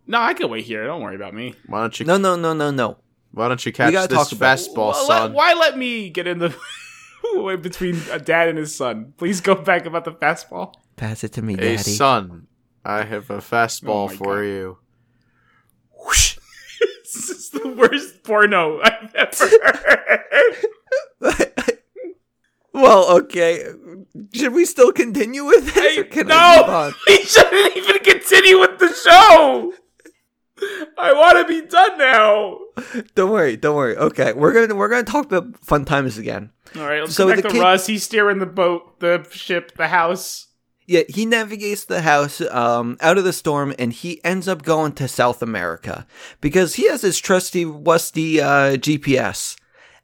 Speaker 3: No, I can wait here. Don't worry about me.
Speaker 2: Why don't you
Speaker 1: No, no, no, no, no.
Speaker 2: Why don't you catch
Speaker 1: gotta
Speaker 2: this
Speaker 1: talk about-
Speaker 2: fastball,
Speaker 3: Why-
Speaker 2: son?
Speaker 3: Why let me get in the way between a dad and his son? Please go back about the fastball.
Speaker 1: Pass it to me,
Speaker 2: Hey,
Speaker 1: Daddy.
Speaker 2: son, I have a fastball
Speaker 3: Oh my
Speaker 2: for
Speaker 3: God.
Speaker 2: you.
Speaker 3: this is the worst porno I've ever heard.
Speaker 1: well, okay. Should we still continue with this?
Speaker 3: Hey,
Speaker 1: or can
Speaker 3: no!
Speaker 1: I move on?
Speaker 3: he shouldn't even continue with the show. I want to be done now.
Speaker 1: Don't worry, don't worry. Okay, we're gonna we're gonna talk about fun times again.
Speaker 3: All right, let's
Speaker 1: So
Speaker 3: go back
Speaker 1: the
Speaker 3: to
Speaker 1: kid-
Speaker 3: Russ. He's steering the boat, the ship, the house.
Speaker 1: Yeah, he navigates the house um, out of the storm, and he ends up going to South America because he has his trusty, rusty uh, GPS.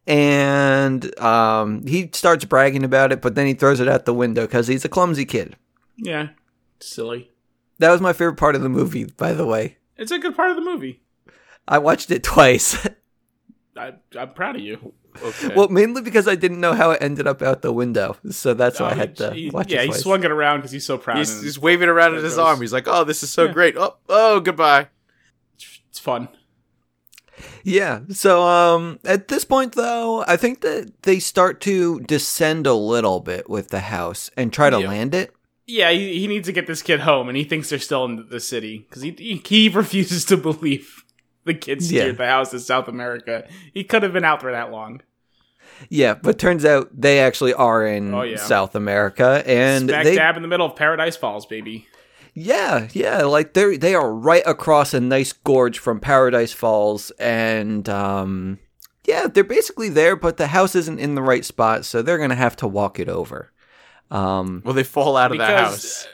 Speaker 1: And um, he starts bragging about it, but then he throws it out the window because he's a clumsy kid.
Speaker 3: Yeah, silly.
Speaker 1: That was my favorite part of the movie, by the way.
Speaker 3: It's a good part of the movie.
Speaker 1: I watched it twice.
Speaker 3: I, I'm proud of you.
Speaker 2: Okay.
Speaker 1: well, mainly because I didn't know how it ended up out the window, so that's why I
Speaker 3: Oh,
Speaker 1: had to
Speaker 3: he-
Speaker 1: watch
Speaker 3: yeah,
Speaker 1: it
Speaker 3: he
Speaker 1: twice.
Speaker 3: swung it around because he's so proud.
Speaker 2: he's,
Speaker 3: and
Speaker 2: he's waving around in his
Speaker 3: goes.
Speaker 2: arm. He's like, "Oh, this is so great. Oh, oh, goodbye."
Speaker 3: it's fun.
Speaker 1: Yeah. So um at this point though, I think that they start to descend a little bit with the house and try to
Speaker 3: Yeah.
Speaker 1: land it.
Speaker 3: Yeah, he, he needs to get this kid home, and he thinks they're still in the city because he, he he refuses to believe the kid steered
Speaker 1: Yeah.
Speaker 3: the house to South America. He could have been out there that long.
Speaker 1: Yeah, but turns out they actually are in
Speaker 3: Oh, yeah.
Speaker 1: South America and
Speaker 3: Smack
Speaker 1: they
Speaker 3: dab in the middle of Paradise Falls, baby.
Speaker 1: Yeah, yeah, like they they are right across a nice gorge from Paradise Falls and um yeah, they're basically there but the house isn't in the right spot, so they're going to have to walk it over. Um
Speaker 2: Well, they fall out of the
Speaker 3: Because- uh,
Speaker 2: house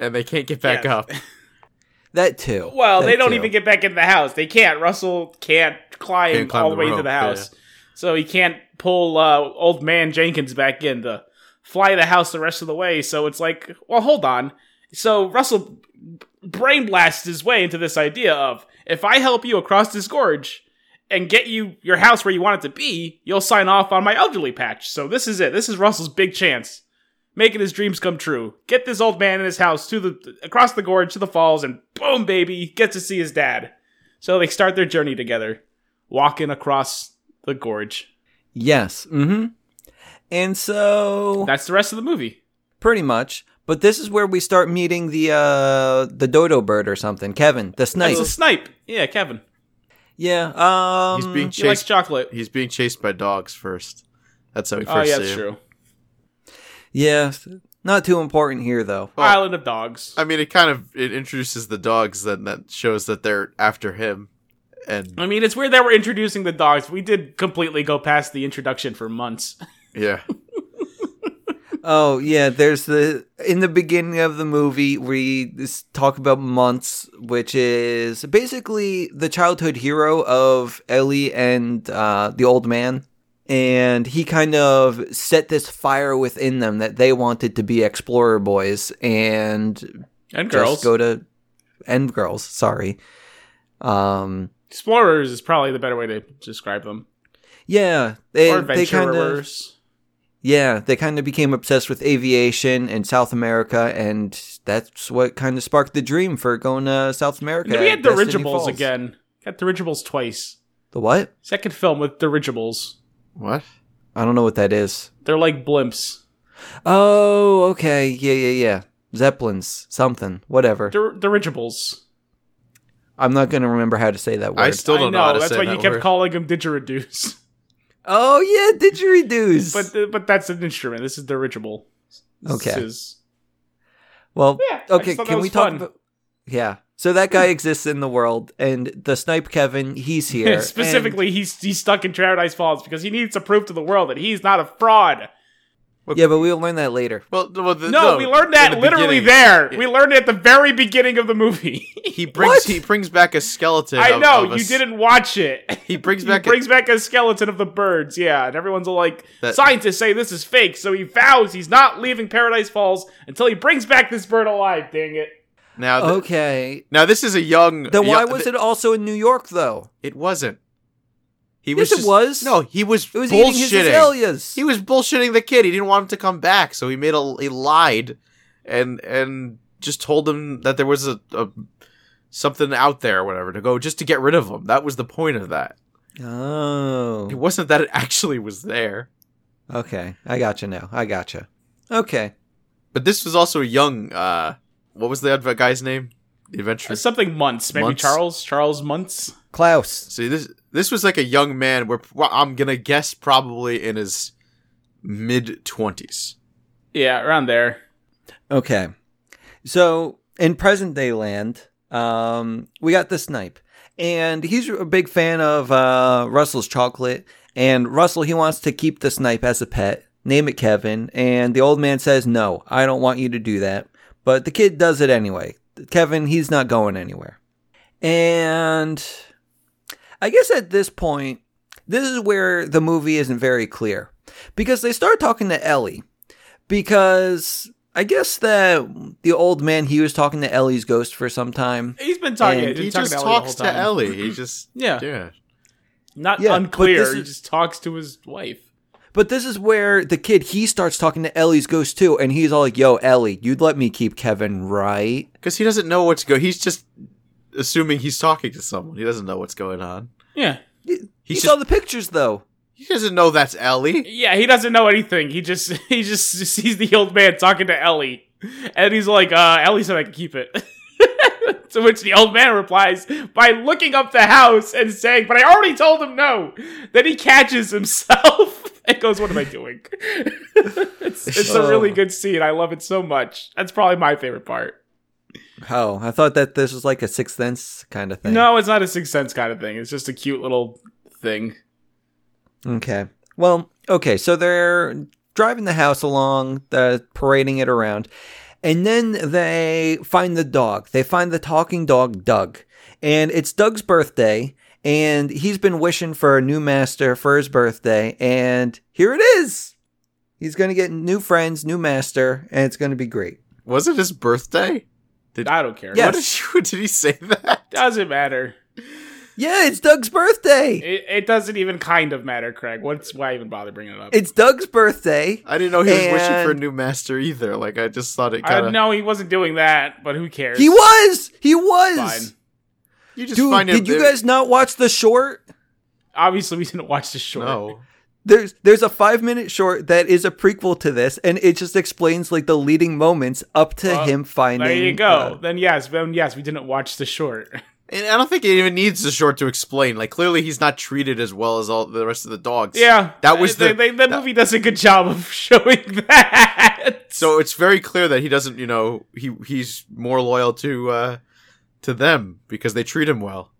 Speaker 2: and they can't get back
Speaker 3: Yeah.
Speaker 2: up.
Speaker 1: that too.
Speaker 3: Well,
Speaker 1: That
Speaker 3: they don't
Speaker 1: too.
Speaker 3: even get back into the house. They can't. Russell can't climb,
Speaker 2: Can't climb
Speaker 3: all the,
Speaker 2: the
Speaker 3: way to
Speaker 2: rope,
Speaker 3: the house, so he can't pull uh, old man Jenkins back in to fly the house the rest of the way. So it's like, well, hold on. So Russell b- brain blasts his way into this idea of if I help you across this gorge and get you your house where you want it to be, you'll sign off on my elderly patch. So this is it. This is Russell's big chance. Making his dreams come true. Get this old man in his house to the across the gorge to the falls, and boom, baby, gets to see his dad. So they start their journey together, walking across the gorge.
Speaker 1: Yes. Mm-hmm. And so
Speaker 3: That's the rest of the movie.
Speaker 1: pretty much. But this is where we start meeting the uh the dodo bird or something, Kevin, the snipe.
Speaker 3: That's a snipe. Yeah, Kevin.
Speaker 1: yeah. Um
Speaker 2: He's being
Speaker 3: He likes
Speaker 2: chased.
Speaker 3: chocolate.
Speaker 2: He's being chased by dogs first. That's how we first
Speaker 3: Oh, yeah,
Speaker 2: see
Speaker 3: that's
Speaker 2: him.
Speaker 3: true.
Speaker 1: Yeah. Not too important here though.
Speaker 2: Oh.
Speaker 3: Island of Dogs.
Speaker 2: I mean, it kind of it introduces the dogs, then that shows that they're after him. And
Speaker 3: I mean, it's weird that we're introducing the dogs. We did completely go past the introduction for months.
Speaker 2: yeah,
Speaker 1: Oh yeah, there's the in the beginning of the movie we s- talk about months, which is basically the childhood hero of Ellie and uh, the old man, and he kind of set this fire within them that they wanted to be explorer boys, and
Speaker 3: And
Speaker 1: just
Speaker 3: girls.
Speaker 1: go to and girls. Sorry. Um.
Speaker 3: Explorers is probably the better way to describe them.
Speaker 1: Yeah. They
Speaker 3: or
Speaker 1: they kind of
Speaker 3: adventurers.
Speaker 1: yeah they kind of became obsessed with aviation and South America, and that's what kind of sparked the dream for going to South America.
Speaker 3: And then we had
Speaker 1: at Destiny
Speaker 3: dirigibles
Speaker 1: Falls.
Speaker 3: again. Got dirigibles twice.
Speaker 1: The what?
Speaker 3: Second film with dirigibles.
Speaker 2: what?
Speaker 1: I don't know what that is.
Speaker 3: They're like blimps.
Speaker 1: Oh, okay. Yeah, yeah, yeah. Zeppelins, something, whatever.
Speaker 3: Dir- dirigibles.
Speaker 1: I'm not gonna remember how to say that word.
Speaker 2: I still don't
Speaker 3: I
Speaker 2: know. how to
Speaker 3: that's
Speaker 2: say
Speaker 3: why
Speaker 2: that
Speaker 3: you kept
Speaker 2: word.
Speaker 3: calling them didgeridoos.
Speaker 1: oh yeah, didgeridoos.
Speaker 3: but th- but that's an instrument. This is dirigible. This
Speaker 1: Okay.
Speaker 3: is-
Speaker 1: Well,
Speaker 3: Yeah, I
Speaker 1: okay,
Speaker 3: just thought that
Speaker 1: can we
Speaker 3: was
Speaker 1: talk
Speaker 3: fun.
Speaker 1: about Yeah. So that guy exists in the world and the snipe Kevin, he's here. and-
Speaker 3: Specifically, he's he's stuck in Paradise Falls because he needs to prove to the world that he's not a fraud.
Speaker 1: yeah, but we'll learn that later.
Speaker 2: Well, well the,
Speaker 3: No, we learned that
Speaker 2: in the
Speaker 3: literally
Speaker 2: beginning.
Speaker 3: there. We learned it at the very beginning of the movie.
Speaker 2: He brings
Speaker 1: What?
Speaker 2: he brings back a skeleton.
Speaker 3: I
Speaker 2: of-
Speaker 3: know
Speaker 2: of a
Speaker 3: you
Speaker 2: s-
Speaker 3: didn't watch it.
Speaker 2: He brings back
Speaker 3: he
Speaker 2: a-
Speaker 3: brings back a skeleton of the birds. Yeah, and everyone's all like,
Speaker 2: That-
Speaker 3: scientists say this is fake, so he vows he's not leaving Paradise Falls until he brings back this bird alive. Dang it!
Speaker 2: Now, th-
Speaker 1: Okay.
Speaker 2: now this is a young.
Speaker 1: Then why
Speaker 2: young-
Speaker 1: was it also in New York though?
Speaker 2: It wasn't. He
Speaker 1: Yes,
Speaker 2: was.
Speaker 1: it
Speaker 2: just-
Speaker 1: was.
Speaker 2: No, he was.
Speaker 1: It was eating his
Speaker 2: bullshitting.
Speaker 1: azaleas.
Speaker 2: He was bullshitting the kid. He didn't want him to come back, so he made a. He lied, and and just told him that there was a, a something out there or whatever to go just to get rid of him. That was the point of that. It
Speaker 1: Oh.
Speaker 2: wasn't that it actually was there.
Speaker 1: Okay. I gotcha now. I gotcha. Okay.
Speaker 2: But this was also a young. uh What was the other guy's name? The adventure.
Speaker 3: Something months, maybe
Speaker 2: Months.
Speaker 3: Charles, Charles months.
Speaker 1: Klaus.
Speaker 2: See this this was like a young man where well, I'm gonna guess probably in his mid twenties.
Speaker 3: Yeah, around there.
Speaker 1: Okay. So in present day land, um, we got the snipe. And he's a big fan of uh, Russell's chocolate. And Russell, he wants to keep the snipe as a pet, name it Kevin. And the old man says, No, I don't want you to do that. But the kid does it anyway. Kevin, he's not going anywhere. And I guess at this point, this is where the movie isn't very clear. Because they start talking to Ellie because I guess that the old man he was talking to Ellie's ghost for some time.
Speaker 3: He's been talking. he's
Speaker 1: And
Speaker 2: He
Speaker 3: been talking
Speaker 2: just
Speaker 3: to Ellie the
Speaker 2: talks
Speaker 3: whole
Speaker 2: to
Speaker 3: time.
Speaker 2: Ellie. He just
Speaker 3: Yeah.
Speaker 2: yeah.
Speaker 3: Not
Speaker 1: Yeah, but
Speaker 3: unclear.
Speaker 1: this
Speaker 3: He
Speaker 1: is-
Speaker 3: just talks to his wife.
Speaker 1: But this is where the kid he starts talking to Ellie's ghost too, and he's all like, "Yo, Ellie, you'd let me keep Kevin, right?"
Speaker 2: Because he doesn't know what's go. He's just assuming he's talking to someone. He doesn't know what's going on.
Speaker 3: Yeah.
Speaker 1: He
Speaker 2: He's
Speaker 1: saw the pictures though.
Speaker 2: He doesn't know that's Ellie.
Speaker 3: Yeah, he doesn't know anything. He just he just sees the old man talking to Ellie. And he's like, uh, Ellie said I could keep it. to which the old man replies by looking up the house and saying, But I already told him no. Then he catches himself and goes, What am I doing? it's it's a really
Speaker 1: Oh.
Speaker 3: good scene. I love it so much. That's probably my favorite part.
Speaker 1: Oh, I thought that this was like a sixth sense kind of thing.
Speaker 3: No, it's not a sixth sense kind of thing. It's just a cute little thing.
Speaker 1: Okay. Well, okay. So they're driving the house along, they're parading it around, and then they find the dog. They find the talking dog, Doug, and it's Doug's birthday, and he's been wishing for a new master for his birthday, and here it is. He's gonna get new friends, new master, and it's gonna be great.
Speaker 2: Was it his birthday?
Speaker 3: I don't care.
Speaker 1: Yeah.
Speaker 2: What did, you, did he say that?
Speaker 3: Doesn't matter.
Speaker 1: Yeah, it's Doug's birthday.
Speaker 3: It, it doesn't even kind of matter, Craig. What's why even bother bringing it up?
Speaker 1: It's Doug's birthday.
Speaker 2: I didn't know he was wishing for a
Speaker 1: And-
Speaker 2: new master either. Like I just thought it
Speaker 3: I
Speaker 2: kind of.
Speaker 3: know he wasn't doing that, but who cares?
Speaker 1: He was. He
Speaker 3: Fine.
Speaker 1: was.
Speaker 2: You just
Speaker 1: Dude,
Speaker 2: find it.
Speaker 1: did you guys not watch the short?
Speaker 3: Obviously, we didn't watch the short.
Speaker 2: No.
Speaker 1: there's there's a five minute short that is a prequel to this, and it just explains like the leading moments up to
Speaker 3: Well,
Speaker 1: him finding.
Speaker 3: There you go.
Speaker 1: uh,
Speaker 3: then yes, then yes, we didn't watch the short.
Speaker 2: And I don't think it even needs the short to explain. Like clearly, he's not treated as well as all the rest of the dogs.
Speaker 3: yeah,
Speaker 2: That was
Speaker 3: they,
Speaker 2: the-
Speaker 3: they, that movie does a good job of showing that.
Speaker 2: So it's very clear that he doesn't, you know, he he's more loyal to uh to them because they treat him well.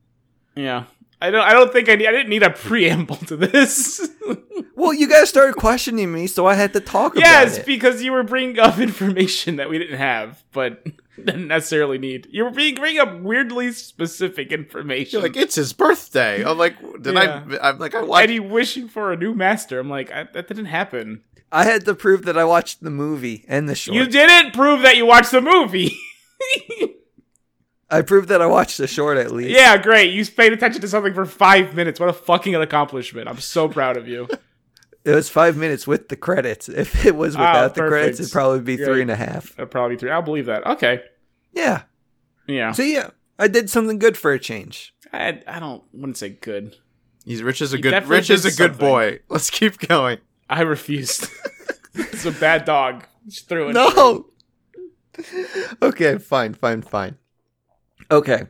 Speaker 3: yeah, I don't. I don't think I need. I didn't need a preamble to this.
Speaker 1: Well, you guys started questioning me, so I had to talk
Speaker 3: yes,
Speaker 1: about it.
Speaker 3: because you were bringing up information that we didn't have, but didn't necessarily need. You were being bringing up weirdly specific information.
Speaker 2: You're like, it's his birthday. I'm like, did
Speaker 3: Yeah.
Speaker 2: I? I'm like, I watched.
Speaker 3: and he wishing for a new master. I'm like, I, that didn't happen.
Speaker 1: I had to prove that I watched the movie and the short.
Speaker 3: You didn't prove that you watched the movie.
Speaker 1: I proved that I watched the short at least.
Speaker 3: yeah, great. You paid attention to something for five minutes. What a fucking accomplishment. I'm so proud of you.
Speaker 1: It was five minutes with the credits. If it was
Speaker 3: Oh,
Speaker 1: without the
Speaker 3: perfect.
Speaker 1: credits, it'd probably be
Speaker 3: Yeah.
Speaker 1: three and a half.
Speaker 3: Uh, Probably three. I'll believe that. Okay.
Speaker 1: Yeah.
Speaker 3: Yeah.
Speaker 1: So yeah, I did something good for a change.
Speaker 3: I, I don't wouldn't say good.
Speaker 2: He's rich as a
Speaker 3: He
Speaker 2: good
Speaker 3: definitely
Speaker 2: rich as a
Speaker 3: did
Speaker 2: good
Speaker 3: something.
Speaker 2: boy. Let's keep going.
Speaker 3: I refused. it's a bad dog. Just threw it.
Speaker 1: No.
Speaker 2: Okay, fine, fine, fine.
Speaker 1: Okay.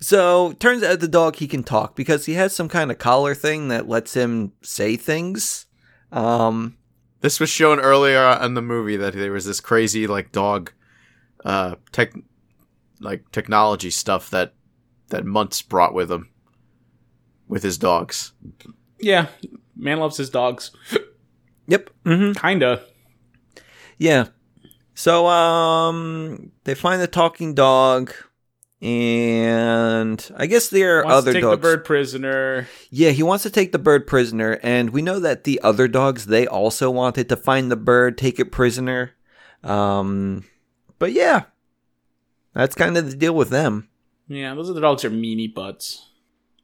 Speaker 1: So turns out the dog he can talk because he has some kind of collar thing that lets him say things. Um
Speaker 2: This was shown earlier in the movie that there was this crazy like dog uh, tech, like technology stuff that that Muntz brought with him, with his dogs.
Speaker 3: Yeah, man loves his dogs.
Speaker 1: Yep. Mm-hmm.
Speaker 3: Kinda.
Speaker 1: Yeah. So um they find the talking dog and I guess there are
Speaker 3: Wants
Speaker 1: other
Speaker 3: to take
Speaker 1: dogs.
Speaker 3: the bird prisoner.
Speaker 1: Yeah, he wants to take the bird prisoner and we know that the other dogs they also wanted to find the bird, take it prisoner. Um but yeah. That's kind of the deal with them.
Speaker 3: Yeah, those are the dogs that are meanie butts.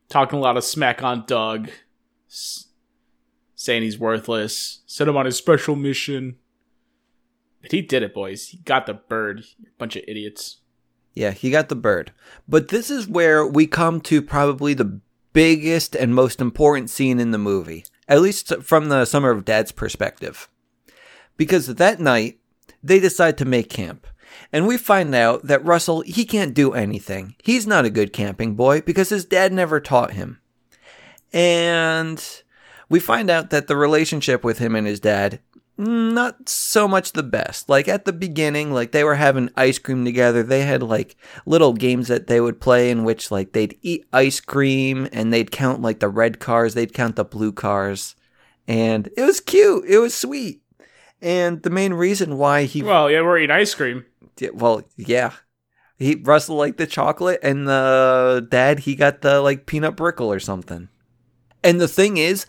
Speaker 3: Talking a lot of smack on Doug, s- saying he's worthless. Sent him on his special mission. But he did it, boys. He got the bird. Bunch of idiots.
Speaker 1: Yeah, he got the bird. But this is where we come to probably the biggest and most important scene in the movie, at least from the Summer of Dad's perspective. Because that night, they decide to make camp. And we find out that Russell, he can't do anything. He's not a good camping boy because his dad never taught him. And we find out that the relationship with him and his dad not so much the best. Like at the beginning, like they were having ice cream together. They had like little games that they would play in which like they'd eat ice cream and they'd count like the red cars, they'd count the blue cars. And it was cute. It was sweet. And the main reason why he
Speaker 3: Well, yeah, we're eating ice cream.
Speaker 1: yeah, well, yeah. He Russell liked the chocolate, and the dad he got the like peanut brickle or something. And the thing is,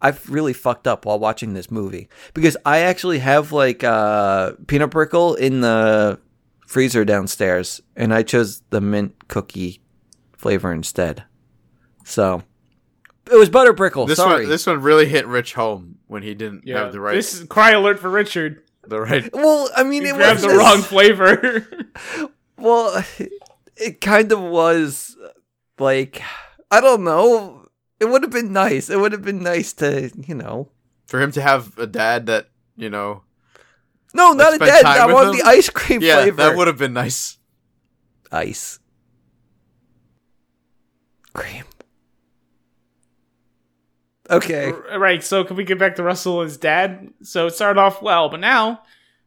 Speaker 1: I've really fucked up while watching this movie because I actually have like uh, peanut brickle in the freezer downstairs, and I chose the mint cookie flavor instead. So it was butter brickle.
Speaker 2: this
Speaker 1: Oh, sorry.
Speaker 2: one, this one really hit Rich home when he didn't
Speaker 3: Yeah,
Speaker 2: have the right,
Speaker 3: This is cry alert for Richard.
Speaker 2: the right.
Speaker 1: well, I mean,
Speaker 3: He
Speaker 1: it
Speaker 3: grabbed
Speaker 1: was
Speaker 3: the
Speaker 1: just-
Speaker 3: wrong flavor.
Speaker 1: Well, it kind of was like I don't know. It would have been nice. It would have been nice to you know.
Speaker 2: For him to have a dad that you know,
Speaker 1: No, not a
Speaker 2: spend
Speaker 1: dead.
Speaker 2: time
Speaker 1: I
Speaker 2: with
Speaker 1: want
Speaker 2: them?
Speaker 1: the ice cream
Speaker 2: yeah,
Speaker 1: flavor.
Speaker 2: that would have been nice.
Speaker 1: ice cream. Okay.
Speaker 3: R- right, so can we get back to Russell and his dad? So it started off well, but now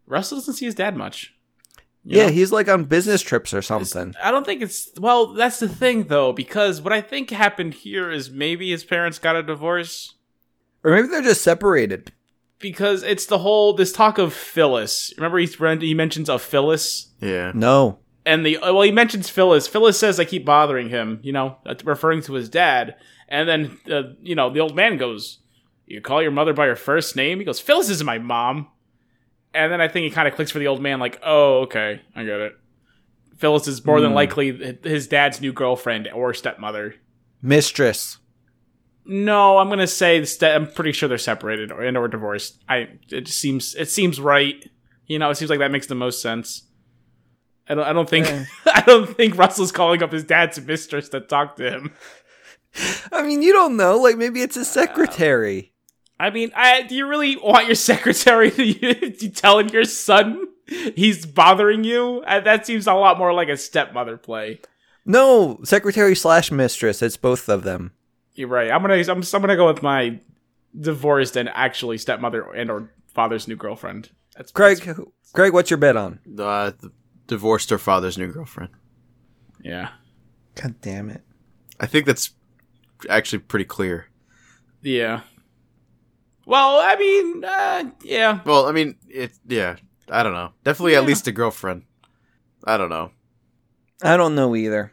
Speaker 3: Russell doesn't see his dad much. You
Speaker 1: Yeah,
Speaker 3: know?
Speaker 1: he's like on business trips or something.
Speaker 3: I don't think it's well. That's the thing, though, because what I think happened here is maybe his parents got a divorce
Speaker 1: Or maybe they're just separated.
Speaker 3: because it's the whole this talk of Phyllis. Remember, he he mentions a Phyllis,
Speaker 2: Yeah,
Speaker 1: No.
Speaker 3: and the well, he mentions Phyllis. Phyllis says I keep bothering him, you know, referring to his dad, and then uh, you know the old man goes, "You call your mother by her first name." He goes, "Phyllis is my mom," and then I think he kind of clicks for the old man, like, "Oh, okay, I get it." Phyllis is more than likely his dad's new girlfriend or stepmother.
Speaker 1: Mistress.
Speaker 3: No, I'm gonna say the sta- I'm pretty sure they're separated or and or divorced. I it just seems it seems right. You know, it seems like that makes the most sense. I don't. I don't think. I don't think Russell's calling up his dad's mistress to talk to him.
Speaker 1: I mean, you don't know. Like maybe it's his secretary.
Speaker 3: I mean, I do you really want your secretary to, you- to telling your son he's bothering you? Uh, That seems a lot more like a stepmother play.
Speaker 1: No, secretary slash mistress. It's both of them.
Speaker 3: You're right. I'm gonna. I'm, I'm gonna go with my divorced and actually stepmother and or father's new girlfriend. That's that's-
Speaker 1: Craig, Craig, what's your bet on?
Speaker 2: uh, th- divorced her father's new girlfriend.
Speaker 3: Yeah.
Speaker 1: God damn it.
Speaker 2: I think that's actually pretty clear.
Speaker 3: Yeah. Well, I mean, uh, yeah.
Speaker 2: Well, I mean, it. Yeah, I don't know. Definitely at
Speaker 3: Yeah.
Speaker 2: least a girlfriend. I don't know.
Speaker 1: I don't know either.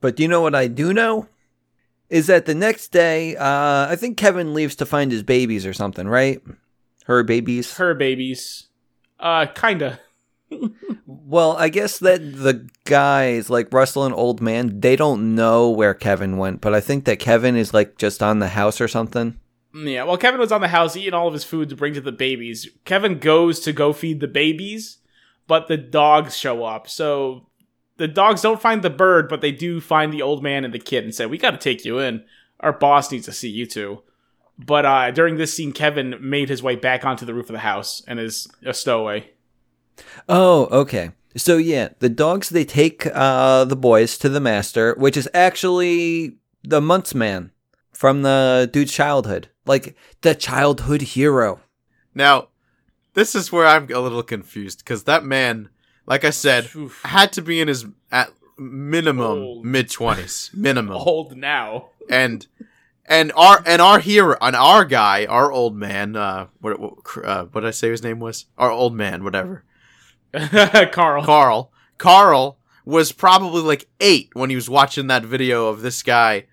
Speaker 1: But do you know what I do know? Is that the next day, uh, I think Kevin leaves to find his babies or something, right? Her babies.
Speaker 3: Her babies. Uh, kinda.
Speaker 1: Well, I guess that the guys like Russell and Old Man, they don't know where Kevin went, but I think that Kevin is like just on the house or something.
Speaker 3: Mm, Yeah, well, Kevin was on the house eating all of his food to bring to the babies. Kevin goes to go feed the babies, but the dogs show up. So the dogs don't find the bird, but they do find the old man and the kid and say, We gotta take you in. Our boss needs to see you two. But uh, during this scene, Kevin made his way back onto the roof of the house and is a stowaway.
Speaker 1: Oh, okay. So yeah, the dogs they take uh, the boys to the master, which is actually the Muntz man from the dude's childhood, like the childhood hero.
Speaker 2: Now, this is where I'm a little confused because that man, Like I said,
Speaker 3: Oof.
Speaker 2: had to be in his at minimum
Speaker 3: Old.
Speaker 2: mid twenties, minimum.
Speaker 3: Old now.
Speaker 2: and and our and our hero and our guy, our old man, uh, what what, uh, what did I say his name was? Our old man, whatever.
Speaker 3: Carl.
Speaker 2: Carl. Carl was probably like eight when he was watching that video of this guy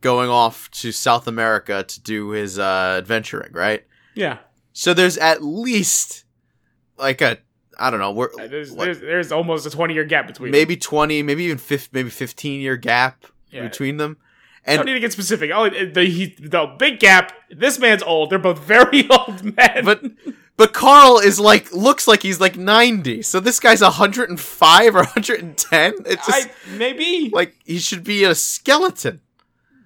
Speaker 2: going off to South America to do his uh, adventuring, right?
Speaker 3: Yeah.
Speaker 2: So there's at least like a I don't know, we're
Speaker 3: There's,
Speaker 2: what-
Speaker 3: there's, there's almost a 20 year gap between them.
Speaker 2: maybe twenty, maybe even fif- maybe fifteen year gap
Speaker 3: Yeah.
Speaker 2: between them.
Speaker 3: I don't
Speaker 2: And
Speaker 3: need to get specific. Oh, the, he, the big gap. This man's old. They're both very old men.
Speaker 2: but but Carl is like looks like he's like ninety. So this guy's hundred and five or hundred and ten. It's just
Speaker 3: I, maybe.
Speaker 2: like he should be a skeleton.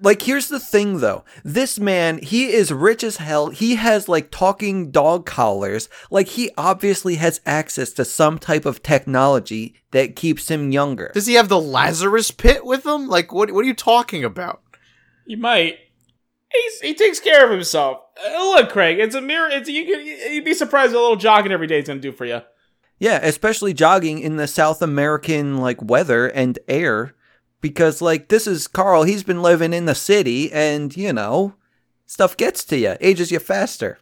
Speaker 1: Like, here's the thing though. This man, he is rich as hell. He has like talking dog collars. Like, he obviously has access to some type of technology that keeps him younger.
Speaker 2: Does he have the Lazarus pit with him? Like what what are you talking about?
Speaker 3: He might. He's, he takes care of himself. Uh, look, Craig, it's a mirror. It's you. Can, you'd be surprised what a little jogging every day is gonna do for you.
Speaker 1: Yeah, especially jogging in the South American like weather and air because like this is Carl, he's been living in the city and you know, stuff gets to you, ages you faster.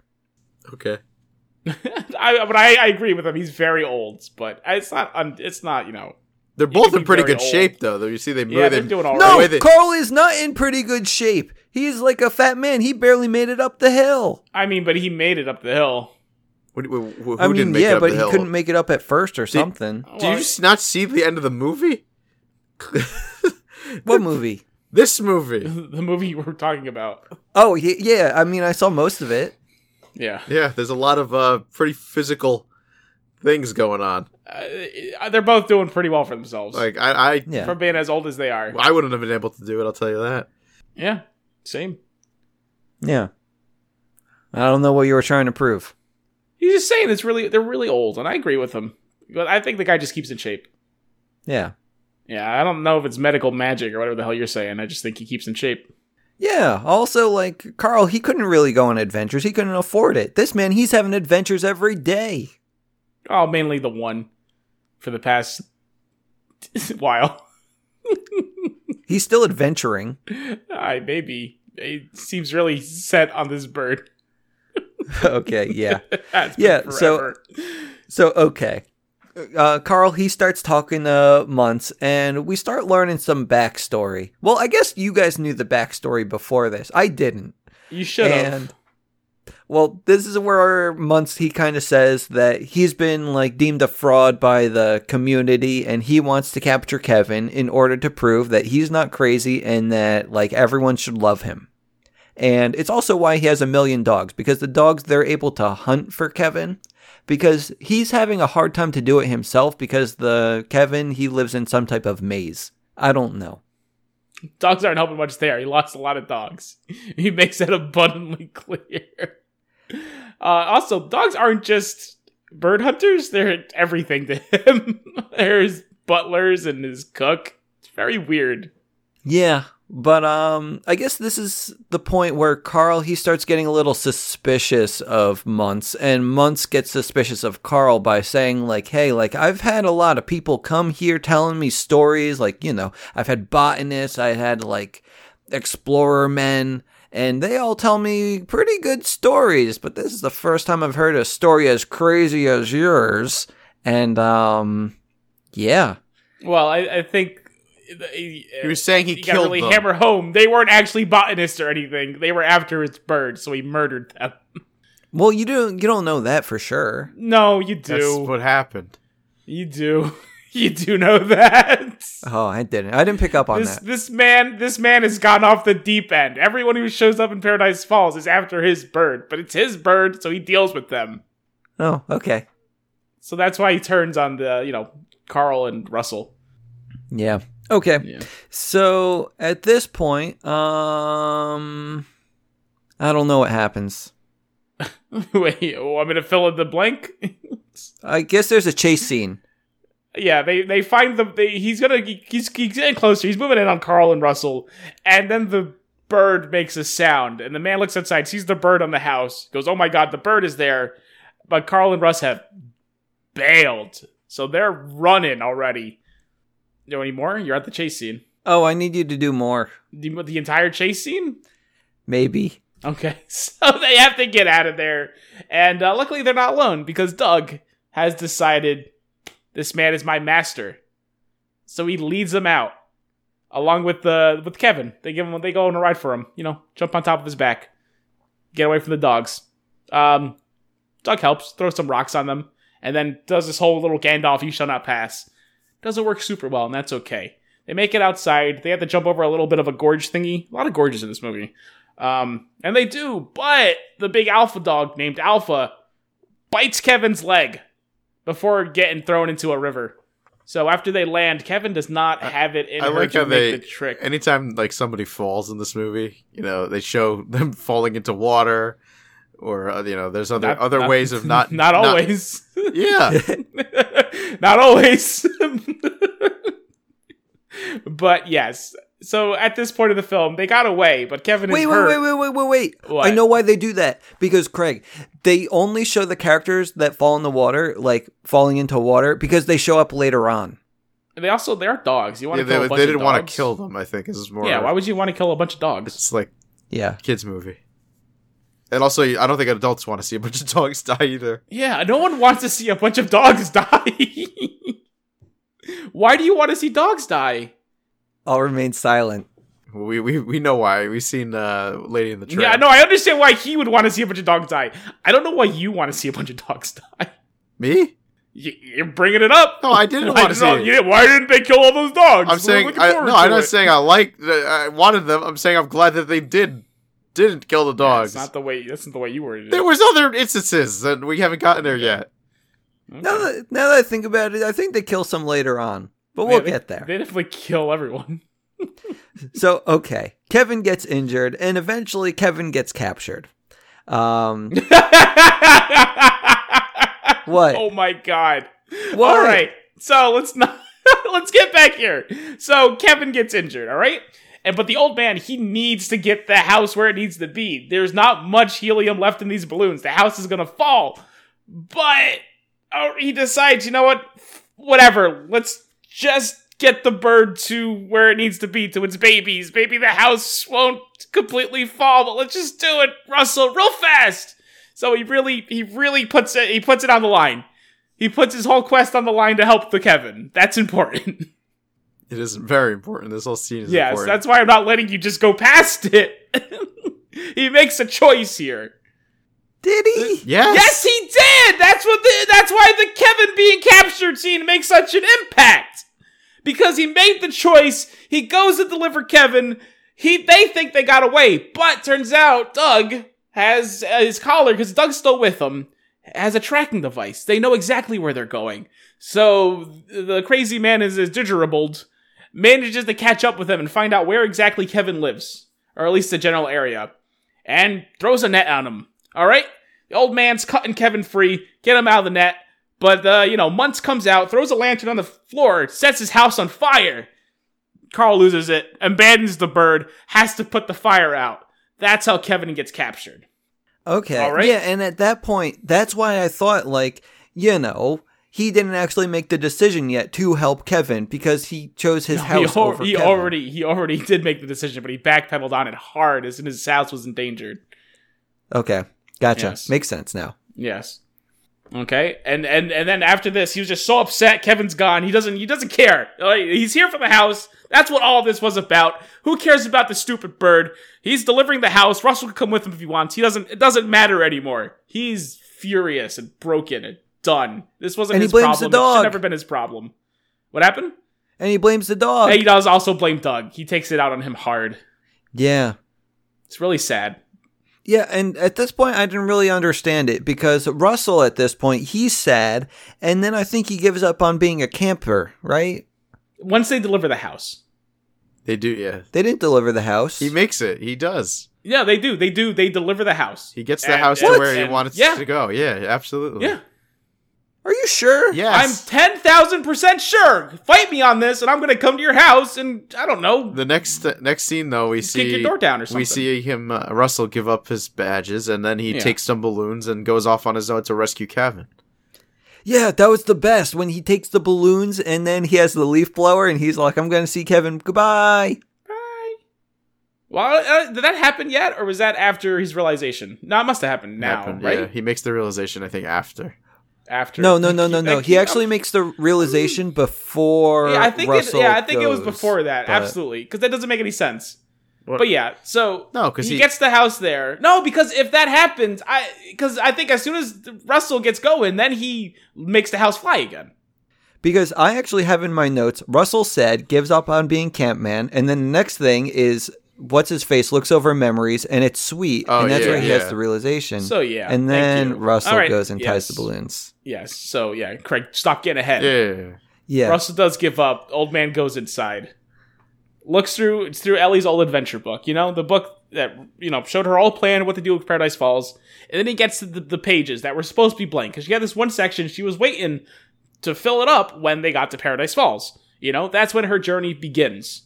Speaker 2: Okay.
Speaker 3: I, but I, I agree with him. He's very old, but it's not. Un, it's not. You know.
Speaker 2: They're
Speaker 3: He
Speaker 2: both
Speaker 3: could
Speaker 2: in
Speaker 3: be
Speaker 2: pretty
Speaker 3: very
Speaker 2: good
Speaker 3: old.
Speaker 2: shape though. Though You see they move
Speaker 3: Yeah,
Speaker 2: they-
Speaker 3: they're doing all
Speaker 2: the
Speaker 3: right.
Speaker 1: No,
Speaker 2: way they-
Speaker 1: Carl is not in pretty good shape. He's like a fat man. He barely made it up the hill.
Speaker 3: I mean, but he made it up the hill.
Speaker 2: Wh- wh- wh- Who,
Speaker 1: I mean,
Speaker 2: didn't make it
Speaker 1: yeah,
Speaker 2: up
Speaker 1: but
Speaker 2: the
Speaker 1: he
Speaker 2: hill?
Speaker 1: couldn't make it up at first or something.
Speaker 2: Do you just not see the end of the movie?
Speaker 1: What movie?
Speaker 2: This movie.
Speaker 3: the movie we're talking about?
Speaker 1: Oh, y- yeah. I mean, I saw most of it.
Speaker 3: Yeah,
Speaker 2: Yeah, there's a lot of uh, pretty physical things going on.
Speaker 3: uh, they're both doing pretty well for themselves
Speaker 2: Like I, I,
Speaker 1: Yeah.
Speaker 3: for being as old as they are.
Speaker 2: I wouldn't have been able to do it. I'll tell you that.
Speaker 3: Yeah, same.
Speaker 1: Yeah. I don't know what you were trying to prove.
Speaker 3: He's just saying it's really they're really old, and I agree with him. But I think the guy just keeps in shape.
Speaker 1: Yeah.
Speaker 3: Yeah, I don't know if it's medical magic or whatever the hell you're saying. I just think he keeps in shape.
Speaker 1: Yeah. Also, like Carl, he couldn't really go on adventures. He couldn't afford it. This man, he's having adventures every day.
Speaker 3: Oh, mainly the one for the past while.
Speaker 1: He's still adventuring.
Speaker 3: I maybe it seems really set on this bird.
Speaker 1: okay. Yeah.
Speaker 3: That's been
Speaker 1: Yeah, so-
Speaker 3: forever.
Speaker 1: So okay. Uh, Carl, he starts talking to Munts, and we start learning some backstory. Well, I guess you guys knew the backstory before this. I didn't.
Speaker 3: you should have.
Speaker 1: And well, this is where Munts he kind of says that he's been like deemed a fraud by the community, and he wants to capture Kevin in order to prove that he's not crazy and that like everyone should love him. And it's also why he has a million dogs because the dogs they're able to hunt for Kevin because he's having a hard time to do it himself because the Kevin he lives in some type of maze. I don't know.
Speaker 3: Dogs aren't helping much there. He lost a lot of dogs. He makes that abundantly clear. Uh, also, dogs aren't just bird hunters. They're everything to him. They're his butlers and his cook. It's very weird.
Speaker 1: Yeah, but um I guess this is the point where Carl he starts getting a little suspicious of Munts and Munts gets suspicious of Carl by saying like, "Hey, like I've had a lot of people come here telling me stories like, you know, I've had botanists, I had like explorer men and they all tell me pretty good stories, but this is the first time I've heard a story as crazy as yours." And um yeah.
Speaker 3: Well, I, I think
Speaker 2: He was saying he
Speaker 3: you gotta
Speaker 2: killed
Speaker 3: really
Speaker 2: them.
Speaker 3: hammer home. They weren't actually botanists or anything. They were after his bird, so he murdered them.
Speaker 1: Well, you don't you don't know that for sure.
Speaker 3: No, you
Speaker 2: That's
Speaker 3: do.
Speaker 2: what happened.
Speaker 3: you do. You do know that.
Speaker 1: Oh, I didn't. I didn't pick up on
Speaker 3: This
Speaker 1: that.
Speaker 3: this man this man has gone off the deep end. Everyone who shows up in Paradise Falls is after his bird, but it's his bird, so he deals with them.
Speaker 1: Oh, okay.
Speaker 3: So that's why he turns on the you know Carl and Russell.
Speaker 1: Yeah. Okay.
Speaker 3: Yeah.
Speaker 1: So at this point, um, I don't know what happens.
Speaker 3: Wait, oh, I'm gonna fill in the blank.
Speaker 1: I guess there's a chase scene.
Speaker 3: Yeah, they they find the they, he's gonna he- he's he's getting closer. He's moving in on Carl and Russell, and then the bird makes a sound, and the man looks outside, sees the bird on the house, goes, "Oh my god, the bird is there!" But Carl and Russ have bailed. So they're running already. No anymore? You're at the chase scene.
Speaker 1: Oh, I need you to do more.
Speaker 3: The, the entire chase scene?
Speaker 1: Maybe.
Speaker 3: Okay, so they have to get out of there. And uh, luckily, they're not alone because Doug has decided this man is my master. So he leads them out along with the with Kevin. They give him they go on a ride for him. You know, jump on top of his back, get away from the dogs. Um, Doug helps, throws some rocks on them, and then does this whole little Gandalf "You shall not pass." Doesn't work super well, and that's okay. They make it outside. They have to jump over a little bit of a gorge thingy. A lot of gorges in this movie. Um, and they do, but the big alpha dog named Alpha bites Kevin's leg before getting thrown into a river. So after they land, Kevin does not have it in
Speaker 2: I
Speaker 3: her
Speaker 2: like
Speaker 3: to
Speaker 2: how
Speaker 3: make
Speaker 2: they-
Speaker 3: the trick.
Speaker 2: Anytime like somebody falls in this movie, you know they show them falling into water, or uh, you know there's other
Speaker 3: Not-
Speaker 2: other
Speaker 3: not-
Speaker 2: ways of not
Speaker 3: not always.
Speaker 2: yeah,
Speaker 3: not always. but yes. So at this point of the film, they got away, but Kevin
Speaker 1: Wait,
Speaker 3: is
Speaker 1: wait,
Speaker 3: hurt.
Speaker 1: wait, wait, wait, wait, wait. I
Speaker 3: What?
Speaker 1: know why they do that. Because, Craig, they only show the characters that fall in the water, like falling into water, because they show up later on.
Speaker 3: And They also they are dogs. You want
Speaker 2: yeah
Speaker 3: to kill
Speaker 2: they,
Speaker 3: a bunch
Speaker 2: they
Speaker 3: of
Speaker 2: didn't want
Speaker 3: dogs.
Speaker 2: to kill them. I think is more.
Speaker 3: Yeah, why would you want to kill a bunch of dogs?
Speaker 2: it's like
Speaker 1: Yeah.
Speaker 2: kids movie, and also I don't think adults want to see a bunch of dogs die either.
Speaker 3: Yeah, no one wants to see a bunch of dogs die. why do you want to see dogs die?
Speaker 1: I'll remain silent.
Speaker 2: We we, we know why. We've seen uh, Lady in the Tramp.
Speaker 3: Yeah, no, I understand why he would want to see a bunch of dogs die. I don't know why you want to see a bunch of dogs die.
Speaker 2: me?
Speaker 3: You, you're bringing it up.
Speaker 2: No, I didn't
Speaker 3: Why
Speaker 2: want to see.
Speaker 3: didn't-
Speaker 2: it.
Speaker 3: you didn't- why didn't they kill all those dogs?
Speaker 2: I'm saying I, no. I'm not saying I like. I wanted them. I'm saying I'm glad that they did didn't kill the dogs.
Speaker 3: That's not the way. That's not the way you were.
Speaker 2: there was other instances that we haven't gotten there yet.
Speaker 1: Now that, now that I think about it, I think they kill some later on, but we'll get there.
Speaker 3: They definitely kill everyone.
Speaker 1: So, okay. Kevin gets injured, and eventually Kevin gets captured. Um, what?
Speaker 3: Oh my god.
Speaker 1: What?
Speaker 3: All right. So let's not let's get back here. So Kevin gets injured, all right? And but the old man, he needs to get the house where it needs to be. There's not much helium left in these balloons. The house is gonna fall. But oh, he decides, you know what? Whatever. Let's just get the bird to where it needs to be, to its babies. Maybe the house won't completely fall, but let's just do it, Russell, real fast. So he really, he really puts it, he puts it on the line. He puts his whole quest on the line to help the Kevin. That's important.
Speaker 2: It is very important. This whole scene is
Speaker 3: yes,
Speaker 2: important.
Speaker 3: that's why I'm not letting you just go past it. he makes a choice here.
Speaker 1: Did
Speaker 3: Uh,
Speaker 1: he?
Speaker 2: yes.
Speaker 3: Yes, he did. That's what. The, that's why the Kevin being captured scene makes such an impact because he made the choice. He goes to deliver Kevin. He they think they got away, but turns out Doug has uh, his collar because Doug's still with him. Has a tracking device. They know exactly where they're going. So the crazy man is, is didgeribled, manages to catch up with them and find out where exactly Kevin lives, or at least the general area, and throws a net on him. All right, the old man's cutting Kevin free, get him out of the net. But uh, you know, Muntz comes out, throws a lantern on the floor, sets his house on fire. Carl loses it, abandons the bird, has to put the fire out. That's how Kevin gets captured.
Speaker 1: Okay.
Speaker 3: All right.
Speaker 1: Yeah, and at that point, that's why I thought, like, you know, he didn't actually make the decision yet to help Kevin because he chose his house
Speaker 3: he al-
Speaker 1: over
Speaker 3: he
Speaker 1: Kevin.
Speaker 3: already he already did make the decision, but he backpedaled on it hard as soon as his house was endangered.
Speaker 1: Okay. Gotcha.
Speaker 3: Yes.
Speaker 1: Makes sense now.
Speaker 3: Yes. Okay. And and and then after this, he was just so upset. Kevin's gone. He doesn't he doesn't care. Like, he's here for the house. That's what all this was about. Who cares about the stupid bird? He's delivering the house. Russell can come with him if he wants. He doesn't. It doesn't matter anymore. He's furious and broken and done. This wasn't
Speaker 1: And he
Speaker 3: his
Speaker 1: blames the
Speaker 3: problem. It should
Speaker 1: dog.
Speaker 3: never been his problem. What happened?
Speaker 1: And he blames the dog.
Speaker 3: Hey, he does also blame Doug. He takes it out on him hard.
Speaker 1: Yeah.
Speaker 3: It's really sad.
Speaker 1: Yeah, and at this point, I didn't really understand it because Russell, at this point, he's sad, and then I think he gives up on being a camper, right?
Speaker 3: Once they deliver the house,
Speaker 2: They do. Yeah.
Speaker 1: They didn't deliver the house.
Speaker 2: He makes it. He does.
Speaker 3: yeah, they do. They do. They deliver the house.
Speaker 2: He gets the
Speaker 3: And-
Speaker 2: house to
Speaker 3: What?
Speaker 2: where he
Speaker 3: and-
Speaker 2: wanted
Speaker 3: yeah.
Speaker 2: to go. Yeah. Absolutely.
Speaker 3: Yeah.
Speaker 1: Are you sure?
Speaker 2: Yes.
Speaker 3: I'm 10,000% sure. Fight me on this, and I'm going to come to your house and, I don't know,
Speaker 2: the next next scene though we
Speaker 3: kick your
Speaker 2: see
Speaker 3: door down or something.
Speaker 2: we see him uh, Russell give up his badges and then he
Speaker 3: Yeah.
Speaker 2: takes some balloons and goes off on his own to rescue Kevin.
Speaker 1: yeah, that was the best when he takes the balloons and then he has the leaf blower and he's like, I'm going to see Kevin. Goodbye.
Speaker 3: Bye. Well, uh, did that happen yet, or was that after his realization? No, it must have happened now,
Speaker 2: Happened,
Speaker 3: right?
Speaker 2: yeah. He makes the realization, I think, after.
Speaker 3: After
Speaker 1: No, no, no, no,
Speaker 3: I
Speaker 1: no.
Speaker 3: keep-
Speaker 1: He actually makes the realization before.
Speaker 3: Yeah, I think it,
Speaker 1: Russell
Speaker 3: yeah, I think it was
Speaker 1: goes,
Speaker 3: before that.
Speaker 1: but-
Speaker 3: Absolutely, because that doesn't make any sense.
Speaker 2: What-
Speaker 3: But yeah, so
Speaker 2: No, 'cause
Speaker 3: he,
Speaker 2: he-
Speaker 3: gets the house there. No, because if that happens, I because I think as soon as Russell gets going, then he makes the house fly again.
Speaker 1: Because I actually have in my notes, Russell said gives up on being camp man, and then the next thing is what's his face looks over memories, and it's sweet,
Speaker 2: Oh,
Speaker 1: and that's
Speaker 2: yeah,
Speaker 1: where he
Speaker 2: yeah.
Speaker 1: has the realization.
Speaker 3: So, yeah, thank
Speaker 1: and then
Speaker 3: you.
Speaker 1: Russell
Speaker 3: All right,
Speaker 1: goes and ties the
Speaker 3: yes.
Speaker 1: balloons.
Speaker 3: Yes. So yeah, Craig, stop getting ahead.
Speaker 2: Yeah.
Speaker 1: Yeah,
Speaker 3: Russell does give up. Old man goes inside. Looks through it's through Ellie's old adventure book, you know, the book that you know showed her all plan what to do with Paradise Falls. And then he gets to the, the pages that were supposed to be blank because she had this one section she was waiting to fill it up when they got to Paradise Falls. You know, that's when her journey begins.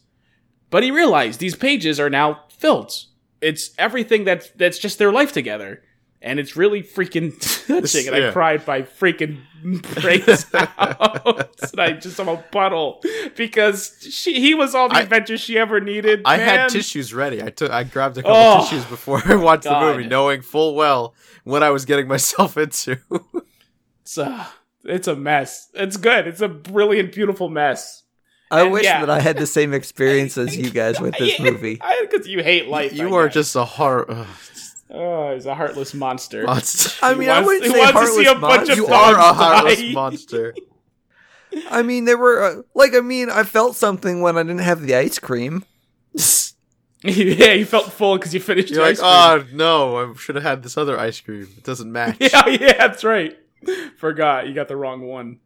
Speaker 3: But he realized these pages are now filled. It's everything that's that's just their life together. And it's really freaking touching. And I
Speaker 2: Yeah.
Speaker 3: cried my freaking brains out. and I just am a puddle because she he was all the
Speaker 2: I-
Speaker 3: adventure she ever needed.
Speaker 2: I
Speaker 3: man.
Speaker 2: had tissues ready. I took, I grabbed a couple
Speaker 3: Oh,
Speaker 2: tissues before I watched
Speaker 3: God.
Speaker 2: the movie, knowing full well what I was getting myself into.
Speaker 3: It's a, it's a mess. It's good. It's a brilliant, beautiful mess.
Speaker 1: I
Speaker 3: and
Speaker 1: wish
Speaker 3: yeah.
Speaker 1: that I had the same experience as you guys with this movie.
Speaker 3: Because you hate life. I
Speaker 2: you are
Speaker 3: guess.
Speaker 2: just a horror ugh,
Speaker 3: Oh, he's a heartless monster.
Speaker 2: monster.
Speaker 1: I mean, I
Speaker 3: wants-
Speaker 1: wouldn't
Speaker 3: he
Speaker 1: say
Speaker 3: wants to see
Speaker 1: heartless
Speaker 3: a bunch of
Speaker 1: monster.
Speaker 2: you are a
Speaker 3: dogs
Speaker 2: heartless
Speaker 3: die.
Speaker 2: monster.
Speaker 1: I mean, there were uh, like, I mean, I felt something when I didn't have the ice cream.
Speaker 3: yeah, you felt full because you finished
Speaker 2: You're
Speaker 3: your
Speaker 2: like,
Speaker 3: ice cream.
Speaker 2: oh no, I should have had this other ice cream. It doesn't match.
Speaker 3: yeah, yeah, that's right. Forgot you got the wrong one.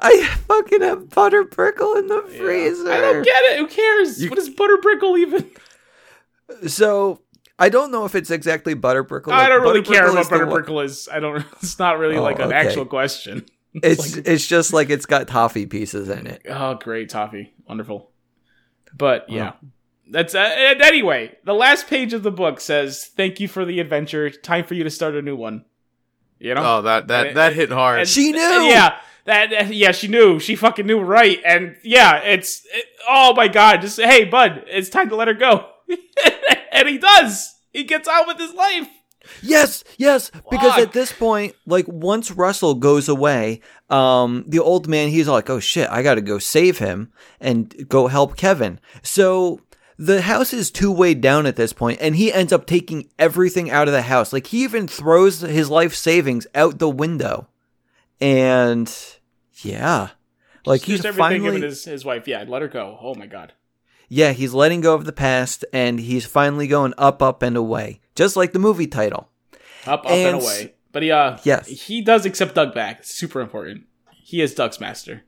Speaker 1: I fucking have butter prickle in the
Speaker 3: Yeah.
Speaker 1: freezer.
Speaker 3: I don't get it. Who cares?
Speaker 2: You-
Speaker 3: what is butter brickle even?
Speaker 1: So I don't know if it's exactly butter prickle.
Speaker 3: I
Speaker 1: Like,
Speaker 3: don't really
Speaker 1: butter
Speaker 3: care
Speaker 1: prickle
Speaker 3: what
Speaker 1: is the
Speaker 3: butter
Speaker 1: one-
Speaker 3: prickle is. I don't. It's not really
Speaker 1: Oh,
Speaker 3: like an
Speaker 1: okay.
Speaker 3: actual question.
Speaker 1: It's it's just like it's got toffee pieces in it.
Speaker 3: Oh, great toffee, wonderful. But yeah, that's. Uh, and anyway, the last page of the book says, "Thank you for the adventure. Time for you to start a new one." You know.
Speaker 2: Oh, that that
Speaker 3: And-
Speaker 2: that hit hard.
Speaker 3: And-
Speaker 1: She knew!
Speaker 3: Yeah. That, that- yeah, she knew. She fucking knew right. And yeah, it's it, oh my god, just hey bud, it's time to let her go. and he does. He gets on with his life.
Speaker 1: Yes, yes, because
Speaker 3: Fuck.
Speaker 1: at this point, like once Russell goes away, um, the old man he's like, "Oh shit, I gotta go save him and go help Kevin." So the house is two way down at this point, and he ends up taking everything out of the house. Like he even throws his life savings out the window, and yeah, like
Speaker 3: Just
Speaker 1: he's
Speaker 3: everything
Speaker 1: finally
Speaker 3: given his, his wife. Yeah, let her go. Oh my god.
Speaker 1: yeah he's letting go of the past, and he's finally going up, up and away, just like the movie title.
Speaker 3: Up, up and,
Speaker 1: And s-
Speaker 3: away. But he uh
Speaker 1: Yes.
Speaker 3: he does accept Doug back. Super important. He is Doug's master.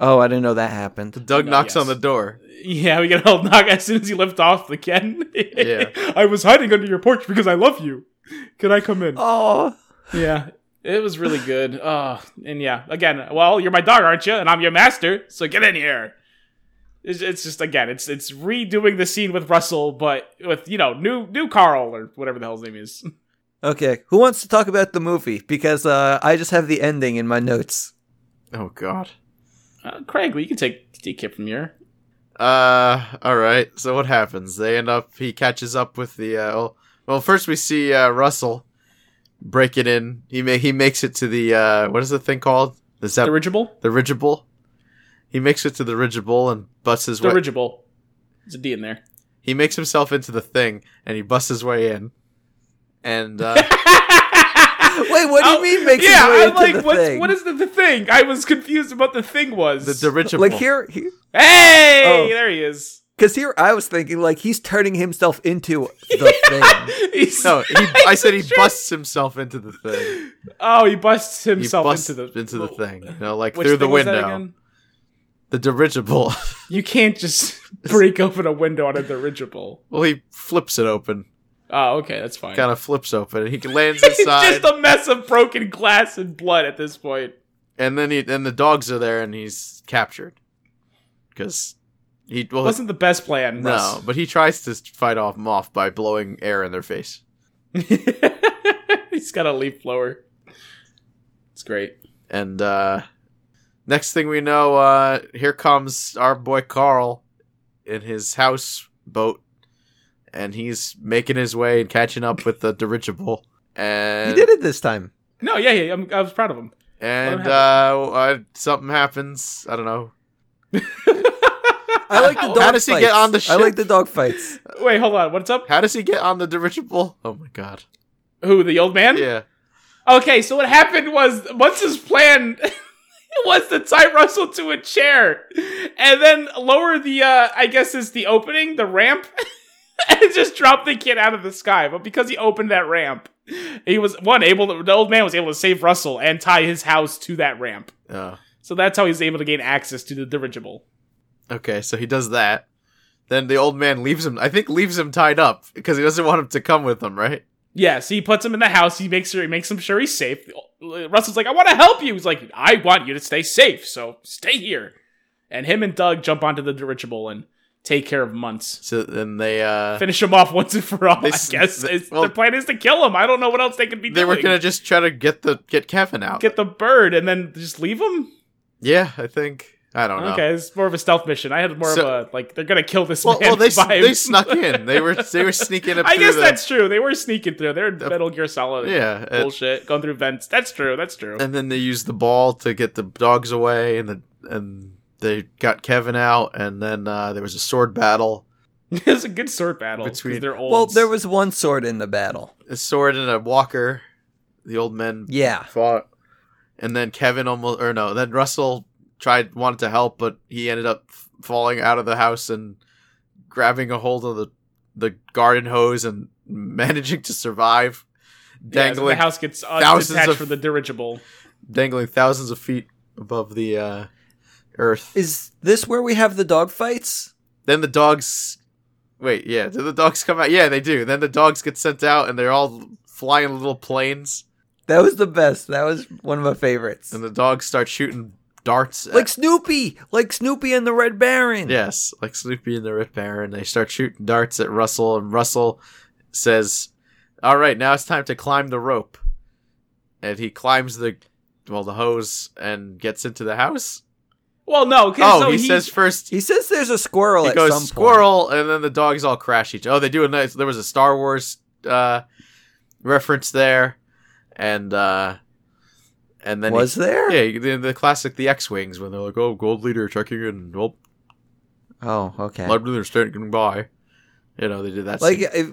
Speaker 1: Oh, I didn't know that happened.
Speaker 2: Doug
Speaker 3: No,
Speaker 2: knocks
Speaker 3: Oh, yes.
Speaker 2: on the door.
Speaker 3: Yeah, we get a old knock as soon as he left off the Ken.
Speaker 2: Yeah.
Speaker 3: I was hiding under your porch because I love you. Can I come in?
Speaker 1: Oh,
Speaker 3: Yeah, it was really good. Uh, and yeah, again, well, you're my dog, aren't you? And I'm your master, so get in here. It's, it's just again, it's it's redoing the scene with Russell, but with you know new new Carl or whatever the hell his name is.
Speaker 1: Okay, who wants to talk about the movie? Because uh, I just have the ending in my notes.
Speaker 2: Oh God.
Speaker 3: Uh, Craig, well, you can take take it from here.
Speaker 2: Uh, all right. So what happens? They end up. He catches up with the. Uh, well, well, first we see uh, Russell break it in. He ma- he makes it to the. Uh, what is the thing called? The zep-
Speaker 3: Dirigible,
Speaker 2: dirigible. He makes it to the dirigible and busts his way.
Speaker 3: dirigible. There's a D in there.
Speaker 2: He makes himself into the thing and he busts his way in. And uh,
Speaker 1: Wait, what do you
Speaker 3: Oh,
Speaker 1: mean makes
Speaker 3: yeah,
Speaker 1: his way
Speaker 3: I'm
Speaker 1: into
Speaker 3: like,
Speaker 1: the
Speaker 3: what's,
Speaker 1: thing?
Speaker 3: What is the, the thing? I was confused about the thing was.
Speaker 2: the dirigible.
Speaker 1: like here,
Speaker 3: hey,
Speaker 1: Oh.
Speaker 3: there he is.
Speaker 1: because here I was thinking like he's turning himself into the thing.
Speaker 3: He's-
Speaker 2: No, he, I said he busts himself into the thing.
Speaker 3: Oh, he busts
Speaker 2: He
Speaker 3: himself
Speaker 2: busts
Speaker 3: into the
Speaker 2: thing. You know, like
Speaker 3: Which
Speaker 2: through the
Speaker 3: thing was that
Speaker 2: window.
Speaker 3: again?
Speaker 2: The dirigible.
Speaker 3: You can't just break open a window on a dirigible.
Speaker 2: well, he flips it open.
Speaker 3: Oh, okay, that's fine.
Speaker 2: Kind of flips open, and he lands
Speaker 3: it's
Speaker 2: inside.
Speaker 3: just a mess of broken glass and blood at this point.
Speaker 2: and then he, and the dogs are there, and he's captured. Because he well,
Speaker 3: Wasn't the best plan.
Speaker 2: no,
Speaker 3: Russ.
Speaker 2: but he tries to fight off them off by blowing air in their face.
Speaker 3: He's got a leaf blower. It's great.
Speaker 2: And uh, next thing we know, uh, here comes our boy Carl in his house boat, and he's making his way and catching up with the dirigible. And
Speaker 1: You did it this time.
Speaker 3: No, yeah, yeah, I'm, I was proud of him.
Speaker 2: and
Speaker 3: What
Speaker 2: uh, uh, something happens. I don't know.
Speaker 1: I like the dog
Speaker 2: How does he
Speaker 1: fights.
Speaker 2: get on the
Speaker 1: I
Speaker 2: ship?
Speaker 1: like the dog fights.
Speaker 3: Wait, hold on. What's up?
Speaker 2: How does he get on the dirigible? Oh my god!
Speaker 3: Who, the old man?
Speaker 2: Yeah,
Speaker 3: Okay, so what happened was Mutz's plan was to tie Russell to a chair and then lower the, uh, I guess it's the opening, the ramp, and just drop the kid out of the sky. But because he opened that ramp, he was one able to, the old man was able to save Russell and tie his house to that ramp.
Speaker 2: Oh.
Speaker 3: So that's how he's able to gain access to the dirigible.
Speaker 2: Okay, so he does that. Then the old man leaves him. I think leaves him tied up because he doesn't want him to come with him, right?
Speaker 3: Yeah, so he puts him in the house. He makes sure he makes him sure he's safe. Russell's like, "I want to help you." He's like, "I want you to stay safe, so stay here." And him and Doug jump onto the dirigible and take care of Munts.
Speaker 2: So then they uh
Speaker 3: Finish him off once and for all.
Speaker 2: They
Speaker 3: I
Speaker 2: s-
Speaker 3: guess
Speaker 2: they-
Speaker 3: It's-
Speaker 2: well-
Speaker 3: their plan is to kill him. I don't know what else they could be
Speaker 2: they
Speaker 3: doing.
Speaker 2: were gonna just try to get the get Kevin out.
Speaker 3: get the bird and then just leave him.
Speaker 2: yeah, I think I don't know.
Speaker 3: Okay, it's more of a stealth mission. I had more
Speaker 2: So-
Speaker 3: of a like they're gonna kill this
Speaker 2: Well,
Speaker 3: man.
Speaker 2: well, they s-
Speaker 3: by-
Speaker 2: they snuck in. They were they were sneaking up.
Speaker 3: I
Speaker 2: through
Speaker 3: guess
Speaker 2: the-
Speaker 3: that's true. They were sneaking through. They're in
Speaker 2: The-
Speaker 3: Metal Gear Solid
Speaker 2: yeah. and-
Speaker 3: bullshit, going through vents. That's true. That's true.
Speaker 2: and then they used the ball to get the dogs away, and the and they got Kevin out, and then uh, there was a sword battle,
Speaker 3: it was a good sword battle
Speaker 2: Between-
Speaker 3: between their old.
Speaker 1: Well, there was one sword in the battle.
Speaker 2: a sword and a walker. The old men
Speaker 1: Yeah.
Speaker 2: fought. And then Kevin almost, or no, then Russell tried, wanted to help, but he ended up f- falling out of the house and grabbing a hold of the, the garden hose and managing to survive,
Speaker 3: yeah,
Speaker 2: dangling,
Speaker 3: the house gets uh,
Speaker 2: thousands
Speaker 3: detached
Speaker 2: of-
Speaker 3: from the dirigible.
Speaker 2: dangling thousands of feet above the uh, earth.
Speaker 1: Is this where we have the dog fights?
Speaker 2: Then the dogs, wait, yeah, do the dogs come out? Yeah, they do. Then the dogs get sent out and they're all flying little planes,
Speaker 1: That was the best. That was one of my favorites.
Speaker 2: and the dogs start shooting darts. at-
Speaker 1: Like Snoopy, like Snoopy and the Red Baron.
Speaker 2: Yes, like Snoopy and the Red Baron. They start shooting darts at Russell, and Russell says, "All right, now it's time to climb the rope." And he climbs the well, the hose, and gets into the house.
Speaker 3: Well, no, 'cause-
Speaker 2: Oh,
Speaker 3: so
Speaker 2: he, says first
Speaker 1: He says there's a squirrel
Speaker 2: he
Speaker 1: at
Speaker 2: goes
Speaker 1: some
Speaker 2: squirrel, and then the dogs all crash each. Oh, they do a nice. There was a Star Wars uh, reference there, and uh, and then
Speaker 1: point.
Speaker 2: he
Speaker 1: Was there?
Speaker 2: yeah, the, the classic the X wings when they're like, "Oh, gold leader checking in." Well,
Speaker 1: Oh, okay.
Speaker 2: Blood Brothers standing by. You know, they did that.
Speaker 1: like
Speaker 2: scene.
Speaker 1: if,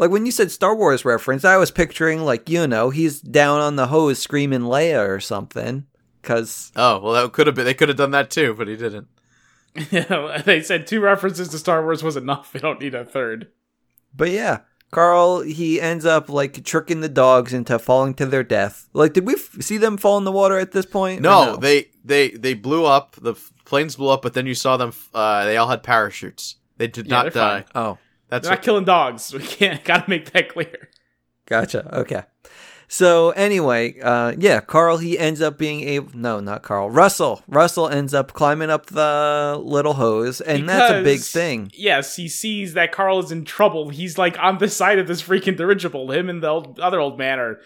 Speaker 1: like when you said Star Wars reference, I was picturing like you know he's down on the hose screaming Leia or something because
Speaker 2: oh well, that could have been. They could have done that too, but he didn't.
Speaker 3: they said two references to Star Wars was enough. We don't need a third.
Speaker 1: but yeah, Carl he ends up like tricking the dogs into falling to their death. Like, did we f- see them fall in the water at this point? or
Speaker 2: No, they they they blew up. The f- planes blew up, but then you saw them. f- Uh, they all had parachutes. They did
Speaker 3: Yeah, they're
Speaker 2: not die.
Speaker 3: fine.
Speaker 1: Oh,
Speaker 2: That's
Speaker 3: They're not
Speaker 2: what-
Speaker 3: killing dogs. We can't. Gotta make that clear.
Speaker 1: gotcha. Okay. So anyway, uh, yeah, Carl he ends up being able. No, not Carl. Russell. Russell ends up climbing up the little hose, and that's a big
Speaker 3: Because,
Speaker 1: thing.
Speaker 3: Yes, he sees that Carl is in trouble. He's like on the side of this freaking dirigible. Him and the old, other old man are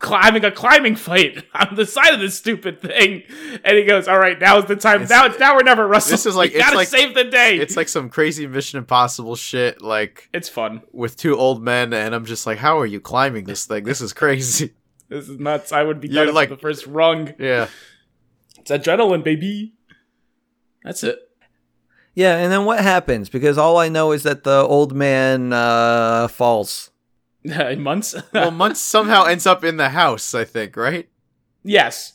Speaker 3: climbing a climbing fight on the side of this stupid thing. And he goes, "All right, now's the time.
Speaker 2: It's-
Speaker 3: now, it's now or never, Russell.
Speaker 2: This is like-
Speaker 3: we
Speaker 2: it's
Speaker 3: gotta
Speaker 2: like-
Speaker 3: save the day.
Speaker 2: It's like some crazy Mission Impossible shit, like
Speaker 3: it's fun.
Speaker 2: with two old men, and I'm just like, how are you climbing this thing? This is crazy.
Speaker 3: This is nuts. I would be
Speaker 2: You're
Speaker 3: done
Speaker 2: like-
Speaker 3: like the first rung.
Speaker 2: Yeah,
Speaker 3: It's adrenaline, baby. That's it.
Speaker 1: Yeah, and then what happens? Because all I know is that the old man uh, falls.
Speaker 3: Months.
Speaker 2: well, Muntz somehow ends up in the house. I think, right?
Speaker 3: yes,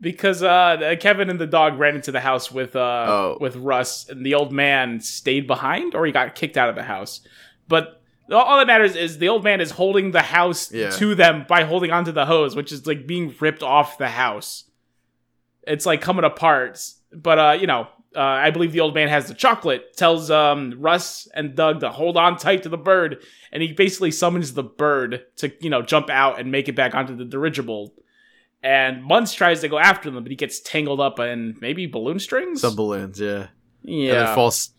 Speaker 3: because uh, Kevin and the dog ran into the house with uh,
Speaker 2: Oh.
Speaker 3: with Russ, and the old man stayed behind, or he got kicked out of the house. But all- all that matters is the old man is holding the house
Speaker 2: Yeah.
Speaker 3: to them by holding onto the hose, which is like being ripped off the house. It's like coming apart. But uh, you know, uh, I believe the old man has the chocolate. Tells um, Russ and Doug to hold on tight to the bird, and he basically summons the bird to you know jump out and make it back onto the dirigible. And Munz tries to go after them, but he gets tangled up in maybe balloon strings.
Speaker 2: Some balloons. Yeah,
Speaker 3: yeah,
Speaker 2: and then falls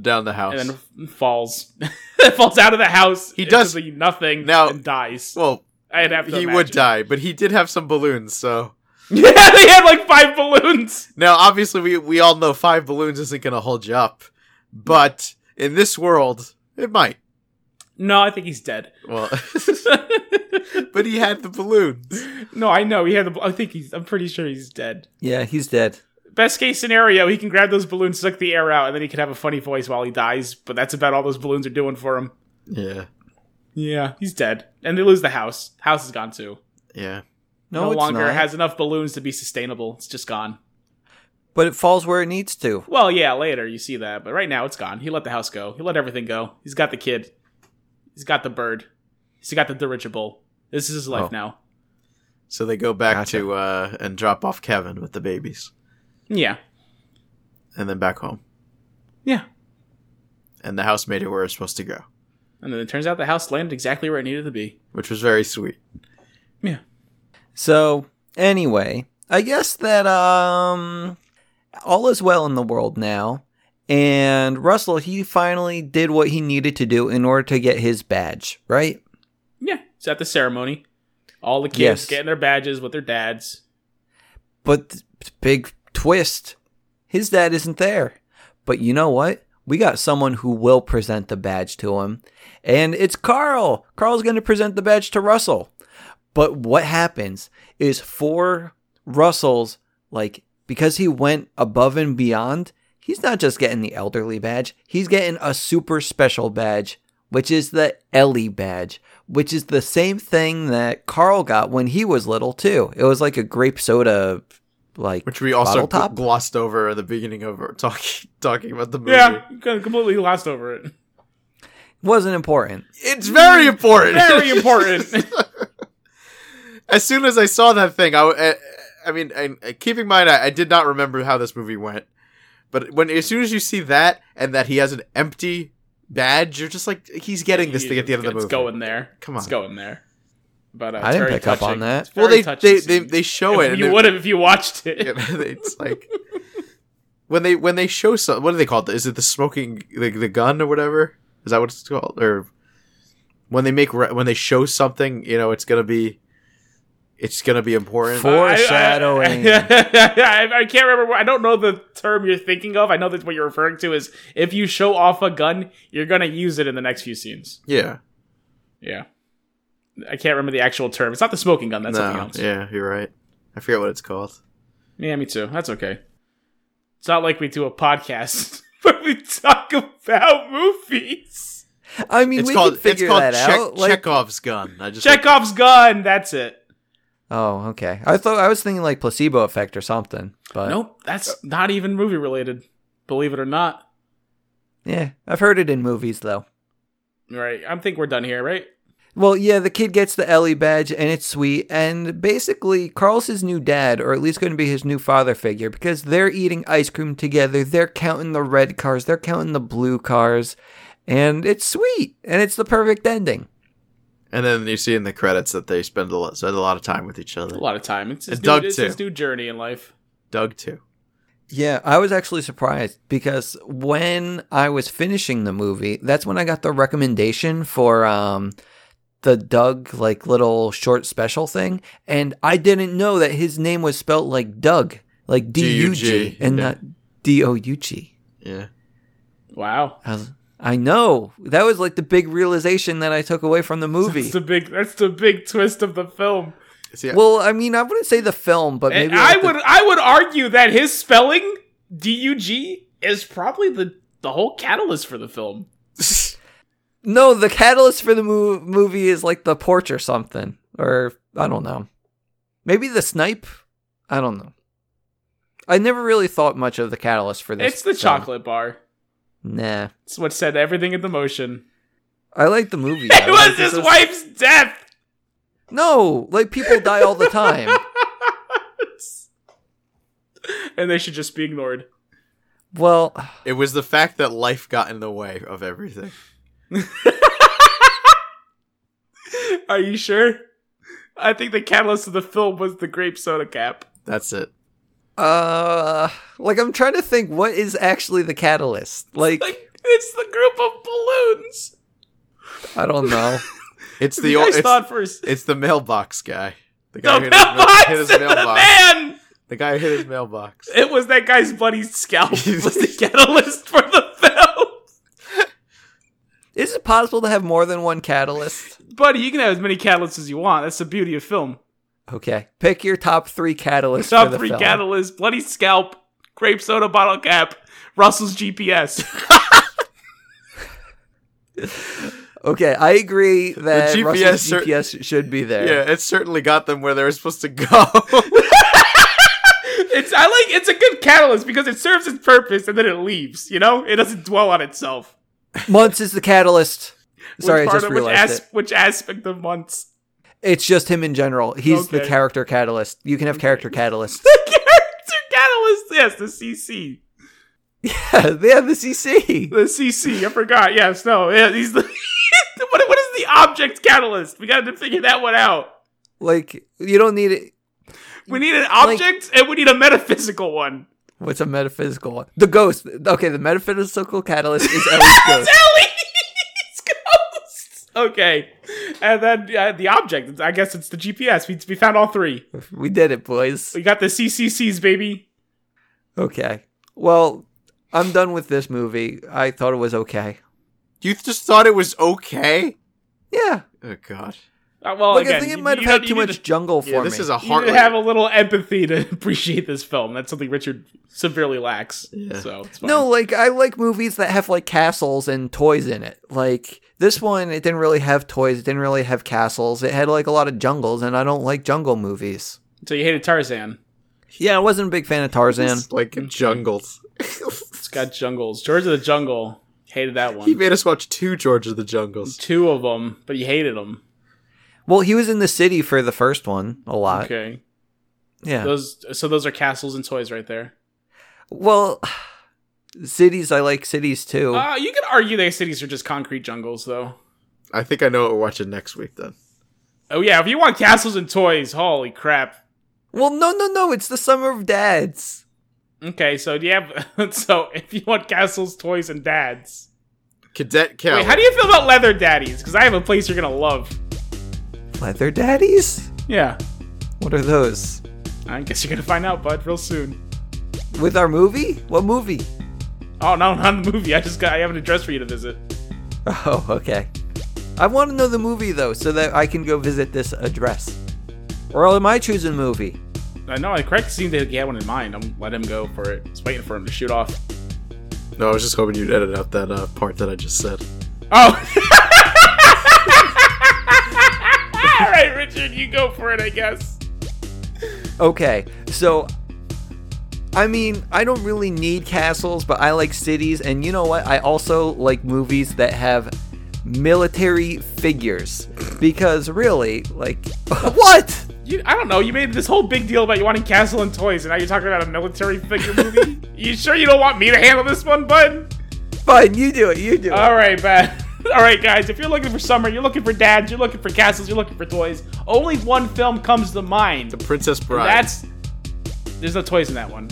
Speaker 2: down the house.
Speaker 3: and then falls, falls out of the house.
Speaker 2: He does-
Speaker 3: into the nothing
Speaker 2: Now-
Speaker 3: and dies.
Speaker 2: well,
Speaker 3: I'd have to
Speaker 2: he would
Speaker 3: imagine.
Speaker 2: die, but he did have some balloons, so
Speaker 3: Yeah, they had like five balloons.
Speaker 2: Now, obviously, we we all know five balloons isn't going to hold you up, but in this world, it might.
Speaker 3: No, I think he's dead.
Speaker 2: Well, but he had the balloons.
Speaker 3: no, I know he had. The, I think he's. I'm pretty sure he's dead.
Speaker 1: Yeah, he's dead.
Speaker 3: Best case scenario, he can grab those balloons, suck the air out, and then he can have a funny voice while he dies. But that's about all those balloons are doing for him.
Speaker 2: Yeah,
Speaker 3: Yeah, he's dead, and they lose the house. House is gone too.
Speaker 2: yeah.
Speaker 1: No,
Speaker 3: no
Speaker 1: it's
Speaker 3: longer
Speaker 1: not.
Speaker 3: has enough balloons to be sustainable. It's just gone.
Speaker 1: but it falls where it needs to.
Speaker 3: Well, yeah, later you see that, but right now it's gone. He let the house go. He let everything go. He's got the kid. He's got the bird. He's got the dirigible. This is his life
Speaker 2: Oh.
Speaker 3: now.
Speaker 2: So they go back
Speaker 1: Gotcha.
Speaker 2: to uh, and drop off Kevin with the babies,
Speaker 3: Yeah,
Speaker 2: and then back home.
Speaker 3: yeah.
Speaker 2: And the house made it where it's supposed to go,
Speaker 3: And then it turns out the house landed exactly where it needed to be.
Speaker 2: which was very sweet.
Speaker 3: Yeah.
Speaker 1: So anyway, I guess that um all is well in the world now. And Russell, he finally did what he needed to do in order to get his badge, right?
Speaker 3: Yeah, it's at the ceremony. All the kids
Speaker 1: Yes.
Speaker 3: getting their badges with their dads.
Speaker 1: But th- big twist, his dad isn't there. But you know what? We got someone who will present the badge to him, and it's Carl. Carl's going to present the badge to Russell. But what happens is for Russell's, like, because he went above and beyond, he's not just getting the elderly badge, he's getting a super special badge, which is the Ellie badge, which is the same thing that Carl got when he was little, too. It was like a grape soda, like,
Speaker 2: Which we also
Speaker 1: Bottle top?
Speaker 2: gl- glossed over at the beginning of our talking talking about the movie.
Speaker 3: Yeah, you kinda completely lost over it.
Speaker 1: wasn't important.
Speaker 2: It's very important.
Speaker 3: Mm. Very important.
Speaker 2: as soon as I saw that thing, I, w- I, I mean, I, I- keep in mind, I, I did not remember how this movie went, but when as soon as you see that and that he has an empty badge, you're just like, he's getting this thing at the end of the movie.
Speaker 3: It's going there.
Speaker 2: Come
Speaker 3: It's
Speaker 2: on.
Speaker 3: going there. But uh,
Speaker 1: I
Speaker 3: it's
Speaker 1: didn't
Speaker 3: very
Speaker 1: pick up on
Speaker 3: touching.
Speaker 1: that.
Speaker 3: It's
Speaker 2: Well,
Speaker 3: very
Speaker 2: they
Speaker 3: touching
Speaker 2: they, they
Speaker 3: scene.
Speaker 2: they show it. and
Speaker 3: You
Speaker 2: they-
Speaker 3: would have if you watched it.
Speaker 2: it's like when they when they show some. What do they call it? Is it the smoking the, the gun or whatever? Is that what it's called? Or when they make re- when they show something, you know, it's gonna be it's gonna be important.
Speaker 1: For- Foreshadowing.
Speaker 3: I, I, I can't remember. what- I don't know the term you're thinking of. I know that what you're referring to is if you show off a gun, you're gonna use it in the next few scenes.
Speaker 2: yeah,
Speaker 3: Yeah, I can't remember the actual term. It's not the smoking gun. That's something
Speaker 2: no,
Speaker 3: else.
Speaker 2: yeah, you're right. I forget what it's called.
Speaker 3: Yeah, me too. That's okay. It's not like we do a podcast where we talk about movies.
Speaker 1: I mean,
Speaker 2: It's
Speaker 1: we
Speaker 2: called
Speaker 1: can figure
Speaker 2: it's called
Speaker 1: that
Speaker 2: Czech-
Speaker 1: out. like-
Speaker 2: Chekhov's gun. I just
Speaker 3: Chekhov's gun. That's it.
Speaker 1: oh, okay. I thought I was thinking like placebo effect or something, but
Speaker 3: Nope, that's not even movie related. Believe it or not.
Speaker 1: yeah, I've heard it in movies though.
Speaker 3: Right. I think we're done here. Right.
Speaker 1: Well, yeah, the kid gets the Ellie badge and it's sweet. And basically, Carl's his new dad, or at least going to be his new father figure, because they're eating ice cream together. They're counting the red cars, they're counting the blue cars. And it's sweet. And it's the perfect ending.
Speaker 2: And then you see in the credits that they spend a lot, spend a lot of time with each other.
Speaker 3: a lot of time. It's his,
Speaker 2: And
Speaker 3: new,
Speaker 2: Doug,
Speaker 3: it's
Speaker 2: too.
Speaker 3: his new journey in life.
Speaker 2: Doug too.
Speaker 1: Yeah, I was actually surprised because when I was finishing the movie, that's when I got the recommendation for um the Doug like little short special thing, and I didn't know that his name was spelt like Doug, like D U G,
Speaker 2: D-U-G,
Speaker 1: and
Speaker 2: yeah.
Speaker 1: not D O U G.
Speaker 2: Yeah.
Speaker 3: Wow.
Speaker 1: I was- I know that was like the big realization that I took away from the movie.
Speaker 3: That's the big that's the big twist of the film.
Speaker 2: See,
Speaker 1: Well, I mean, I wouldn't say the film, but maybe
Speaker 3: and I
Speaker 1: like the-
Speaker 3: would I would argue that his spelling D U G is probably the the whole catalyst for the film.
Speaker 1: no. The catalyst for the mo- movie is like the porch or something, or I don't know. Maybe the snipe. I don't know. I never really thought much of the catalyst for this.
Speaker 3: it's the
Speaker 1: film.
Speaker 3: chocolate bar.
Speaker 1: Nah,
Speaker 3: It's what set everything into motion.
Speaker 1: I like the movie. I
Speaker 3: It
Speaker 1: like
Speaker 3: was
Speaker 1: this
Speaker 3: his
Speaker 1: is-
Speaker 3: wife's death.
Speaker 1: No, like people die all the time.
Speaker 3: and they should just be ignored.
Speaker 1: well,
Speaker 2: it was the fact that life got in the way of everything.
Speaker 3: Are you sure? I think the catalyst of the film was the grape soda cap.
Speaker 2: That's it.
Speaker 1: uh, like I'm trying to think what is actually the catalyst. Like
Speaker 3: Like it's the group of balloons.
Speaker 1: I don't know.
Speaker 2: It's the
Speaker 3: You
Speaker 2: old.
Speaker 3: guys
Speaker 2: It's,
Speaker 3: thought first.
Speaker 2: it's the mailbox guy. The guy
Speaker 3: The
Speaker 2: hit, his, mail-
Speaker 3: mailbox
Speaker 2: hit his
Speaker 3: to the
Speaker 2: mailbox.
Speaker 3: man.
Speaker 2: The guy hit his mailbox.
Speaker 3: It was that guy's buddy's scalp was the catalyst for the film.
Speaker 1: Is it possible to have more than one catalyst?
Speaker 3: Buddy, you can have as many catalysts as you want. That's the beauty of film.
Speaker 1: Okay, pick your top three catalysts. for
Speaker 3: Top
Speaker 1: the
Speaker 3: three
Speaker 1: film.
Speaker 3: catalysts: bloody scalp, grape soda bottle cap, Russell's GPS.
Speaker 1: Okay, I agree that
Speaker 2: The
Speaker 1: Russell's
Speaker 2: GPS cer-
Speaker 1: GPS should be there.
Speaker 2: Yeah, it certainly got them where they were supposed to go.
Speaker 3: It's I like it's a good catalyst because it serves its purpose and then it leaves. You know, it doesn't dwell on itself.
Speaker 1: Months is the catalyst. Sorry, I
Speaker 3: which
Speaker 1: just
Speaker 3: of- which,
Speaker 1: realized
Speaker 3: as-
Speaker 1: it.
Speaker 3: which aspect of months?
Speaker 1: It's just him in general. He's the
Speaker 3: Okay.
Speaker 1: character catalyst. You can have character catalysts.
Speaker 3: The character catalyst. Yes, the CC.
Speaker 1: yeah, they have the CC.
Speaker 3: The CC. I forgot. Yes, no. Yeah, he's the. what, what is the object catalyst? We got to figure that one out.
Speaker 1: Like you don't need it.
Speaker 3: We need an object and we need a metaphysical one.
Speaker 1: What's a metaphysical one? The ghost. Okay, the metaphysical catalyst is Ellie's
Speaker 3: It's
Speaker 1: ghost.
Speaker 3: Ellie's ghost. Okay, and then uh, the object. I guess it's the GPS. We, we found all three.
Speaker 1: We did it, boys.
Speaker 3: We got the CCCs, baby.
Speaker 1: Okay. Well, I'm done with this movie. I thought it was okay.
Speaker 2: you just thought it was okay?
Speaker 1: Yeah.
Speaker 2: Oh god.
Speaker 3: Uh, well,
Speaker 1: Like
Speaker 3: again,
Speaker 1: I think it
Speaker 3: you-
Speaker 1: might
Speaker 3: you don't-
Speaker 1: have had
Speaker 3: you
Speaker 1: too
Speaker 3: need
Speaker 1: much
Speaker 3: To,
Speaker 1: jungle for
Speaker 2: Yeah, this
Speaker 1: me.
Speaker 2: is a
Speaker 3: you need
Speaker 2: heart.
Speaker 3: to have a little empathy to appreciate this film. That's something Richard severely lacks.
Speaker 2: Yeah.
Speaker 3: So it's fine.
Speaker 1: no, like I like movies that have like castles and toys in it. Like this one, it didn't really have toys. It didn't really have castles. It had like a lot of jungles, and I don't like jungle movies.
Speaker 3: So you hated Tarzan.
Speaker 1: Yeah, I wasn't a big fan of Tarzan.
Speaker 2: It's like jungles.
Speaker 3: It's got jungles. George of the Jungle. Hated that
Speaker 2: he
Speaker 3: one.
Speaker 2: made us watch two George of the Jungles.
Speaker 3: Two of them, but you hated them.
Speaker 1: Well, he was in the city for the first one a lot.
Speaker 3: Okay.
Speaker 1: Uh, Yeah.
Speaker 3: Those. So those are castles and toys right there.
Speaker 1: Well, cities. I like cities too.
Speaker 3: Uh, you could argue that cities are just concrete jungles, though.
Speaker 2: I think I know what we're watching next week then.
Speaker 3: Oh yeah, if you want castles and toys, holy crap.
Speaker 1: well, no, no, no. It's the summer of dads.
Speaker 3: Okay, so do you have? so if you want castles, toys, and dads.
Speaker 2: Cadet Cal.
Speaker 3: Wait, how do you feel about leather daddies? Because I have a place you're gonna love.
Speaker 1: Leather daddies.
Speaker 3: Yeah,
Speaker 1: What are those?
Speaker 3: I guess you're gonna find out, bud, real soon.
Speaker 1: With our movie? What movie?
Speaker 3: Oh no, not the movie. I just got. I have an address for you to visit.
Speaker 1: Oh, okay. I want to know the movie though, so that I can go visit this address. Or am I choosing movie?
Speaker 3: I know. I correct seemed to get one in mind. I'm let him go for it. Just waiting for him to shoot off.
Speaker 2: no, I was just hoping you'd edit out that uh, part that I just said.
Speaker 3: Oh. All right, Richard, you go for it. I guess.
Speaker 1: Okay, so. I mean, I don't really need castles, but I like cities, and you know what? I also like movies that have military figures. Because really, like. what?
Speaker 3: You, I don't know. You made this whole big deal about you wanting castle and toys, and now you're talking about a military figure movie. you sure you don't want me to handle this one, bud?
Speaker 1: Fine, you do it, you do it.
Speaker 3: All right, bad. All right, guys. If you're looking for summer, you're looking for dads, you're looking for castles, you're looking for toys. Only one film comes to mind.
Speaker 2: The Princess Bride.
Speaker 3: That's there's no toys in that one.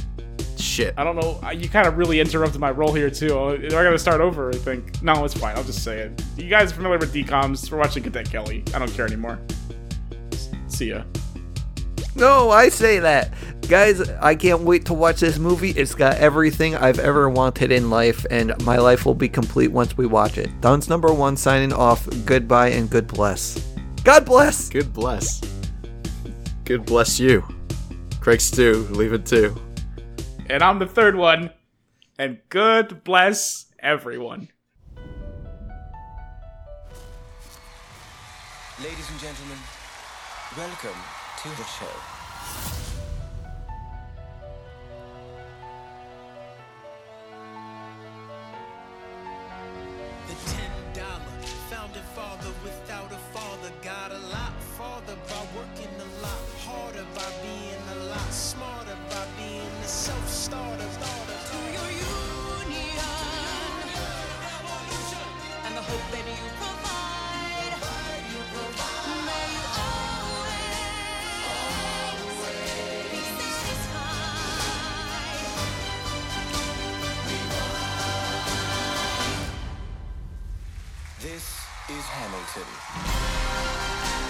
Speaker 2: shit.
Speaker 3: I don't know. I- You kind of really interrupted my role here too. Uh, I gotta start over. I think. No, it's fine. I'll just say it. You guys are familiar with DComs? We're watching Cadet Kelly. I don't care anymore. S- See ya.
Speaker 1: No, I say that. Guys, I can't wait to watch this movie. It's got everything I've ever wanted in life, and my life will be complete once we watch it. Don's number one signing off. Goodbye and good bless. God bless.
Speaker 2: Good bless. Good bless you. Craig Stew, leave it too.
Speaker 3: And I'm the third one. And good bless everyone.
Speaker 4: Ladies and gentlemen, welcome to the show.
Speaker 5: The ten dollar founding father without a father got a lot farther by working a lot harder by being a lot smarter by being a self starter. To your union, revolution, and the hope that you provide. You provide. May you always be satisfied.
Speaker 4: This is Hamilton.
Speaker 5: Hamilton.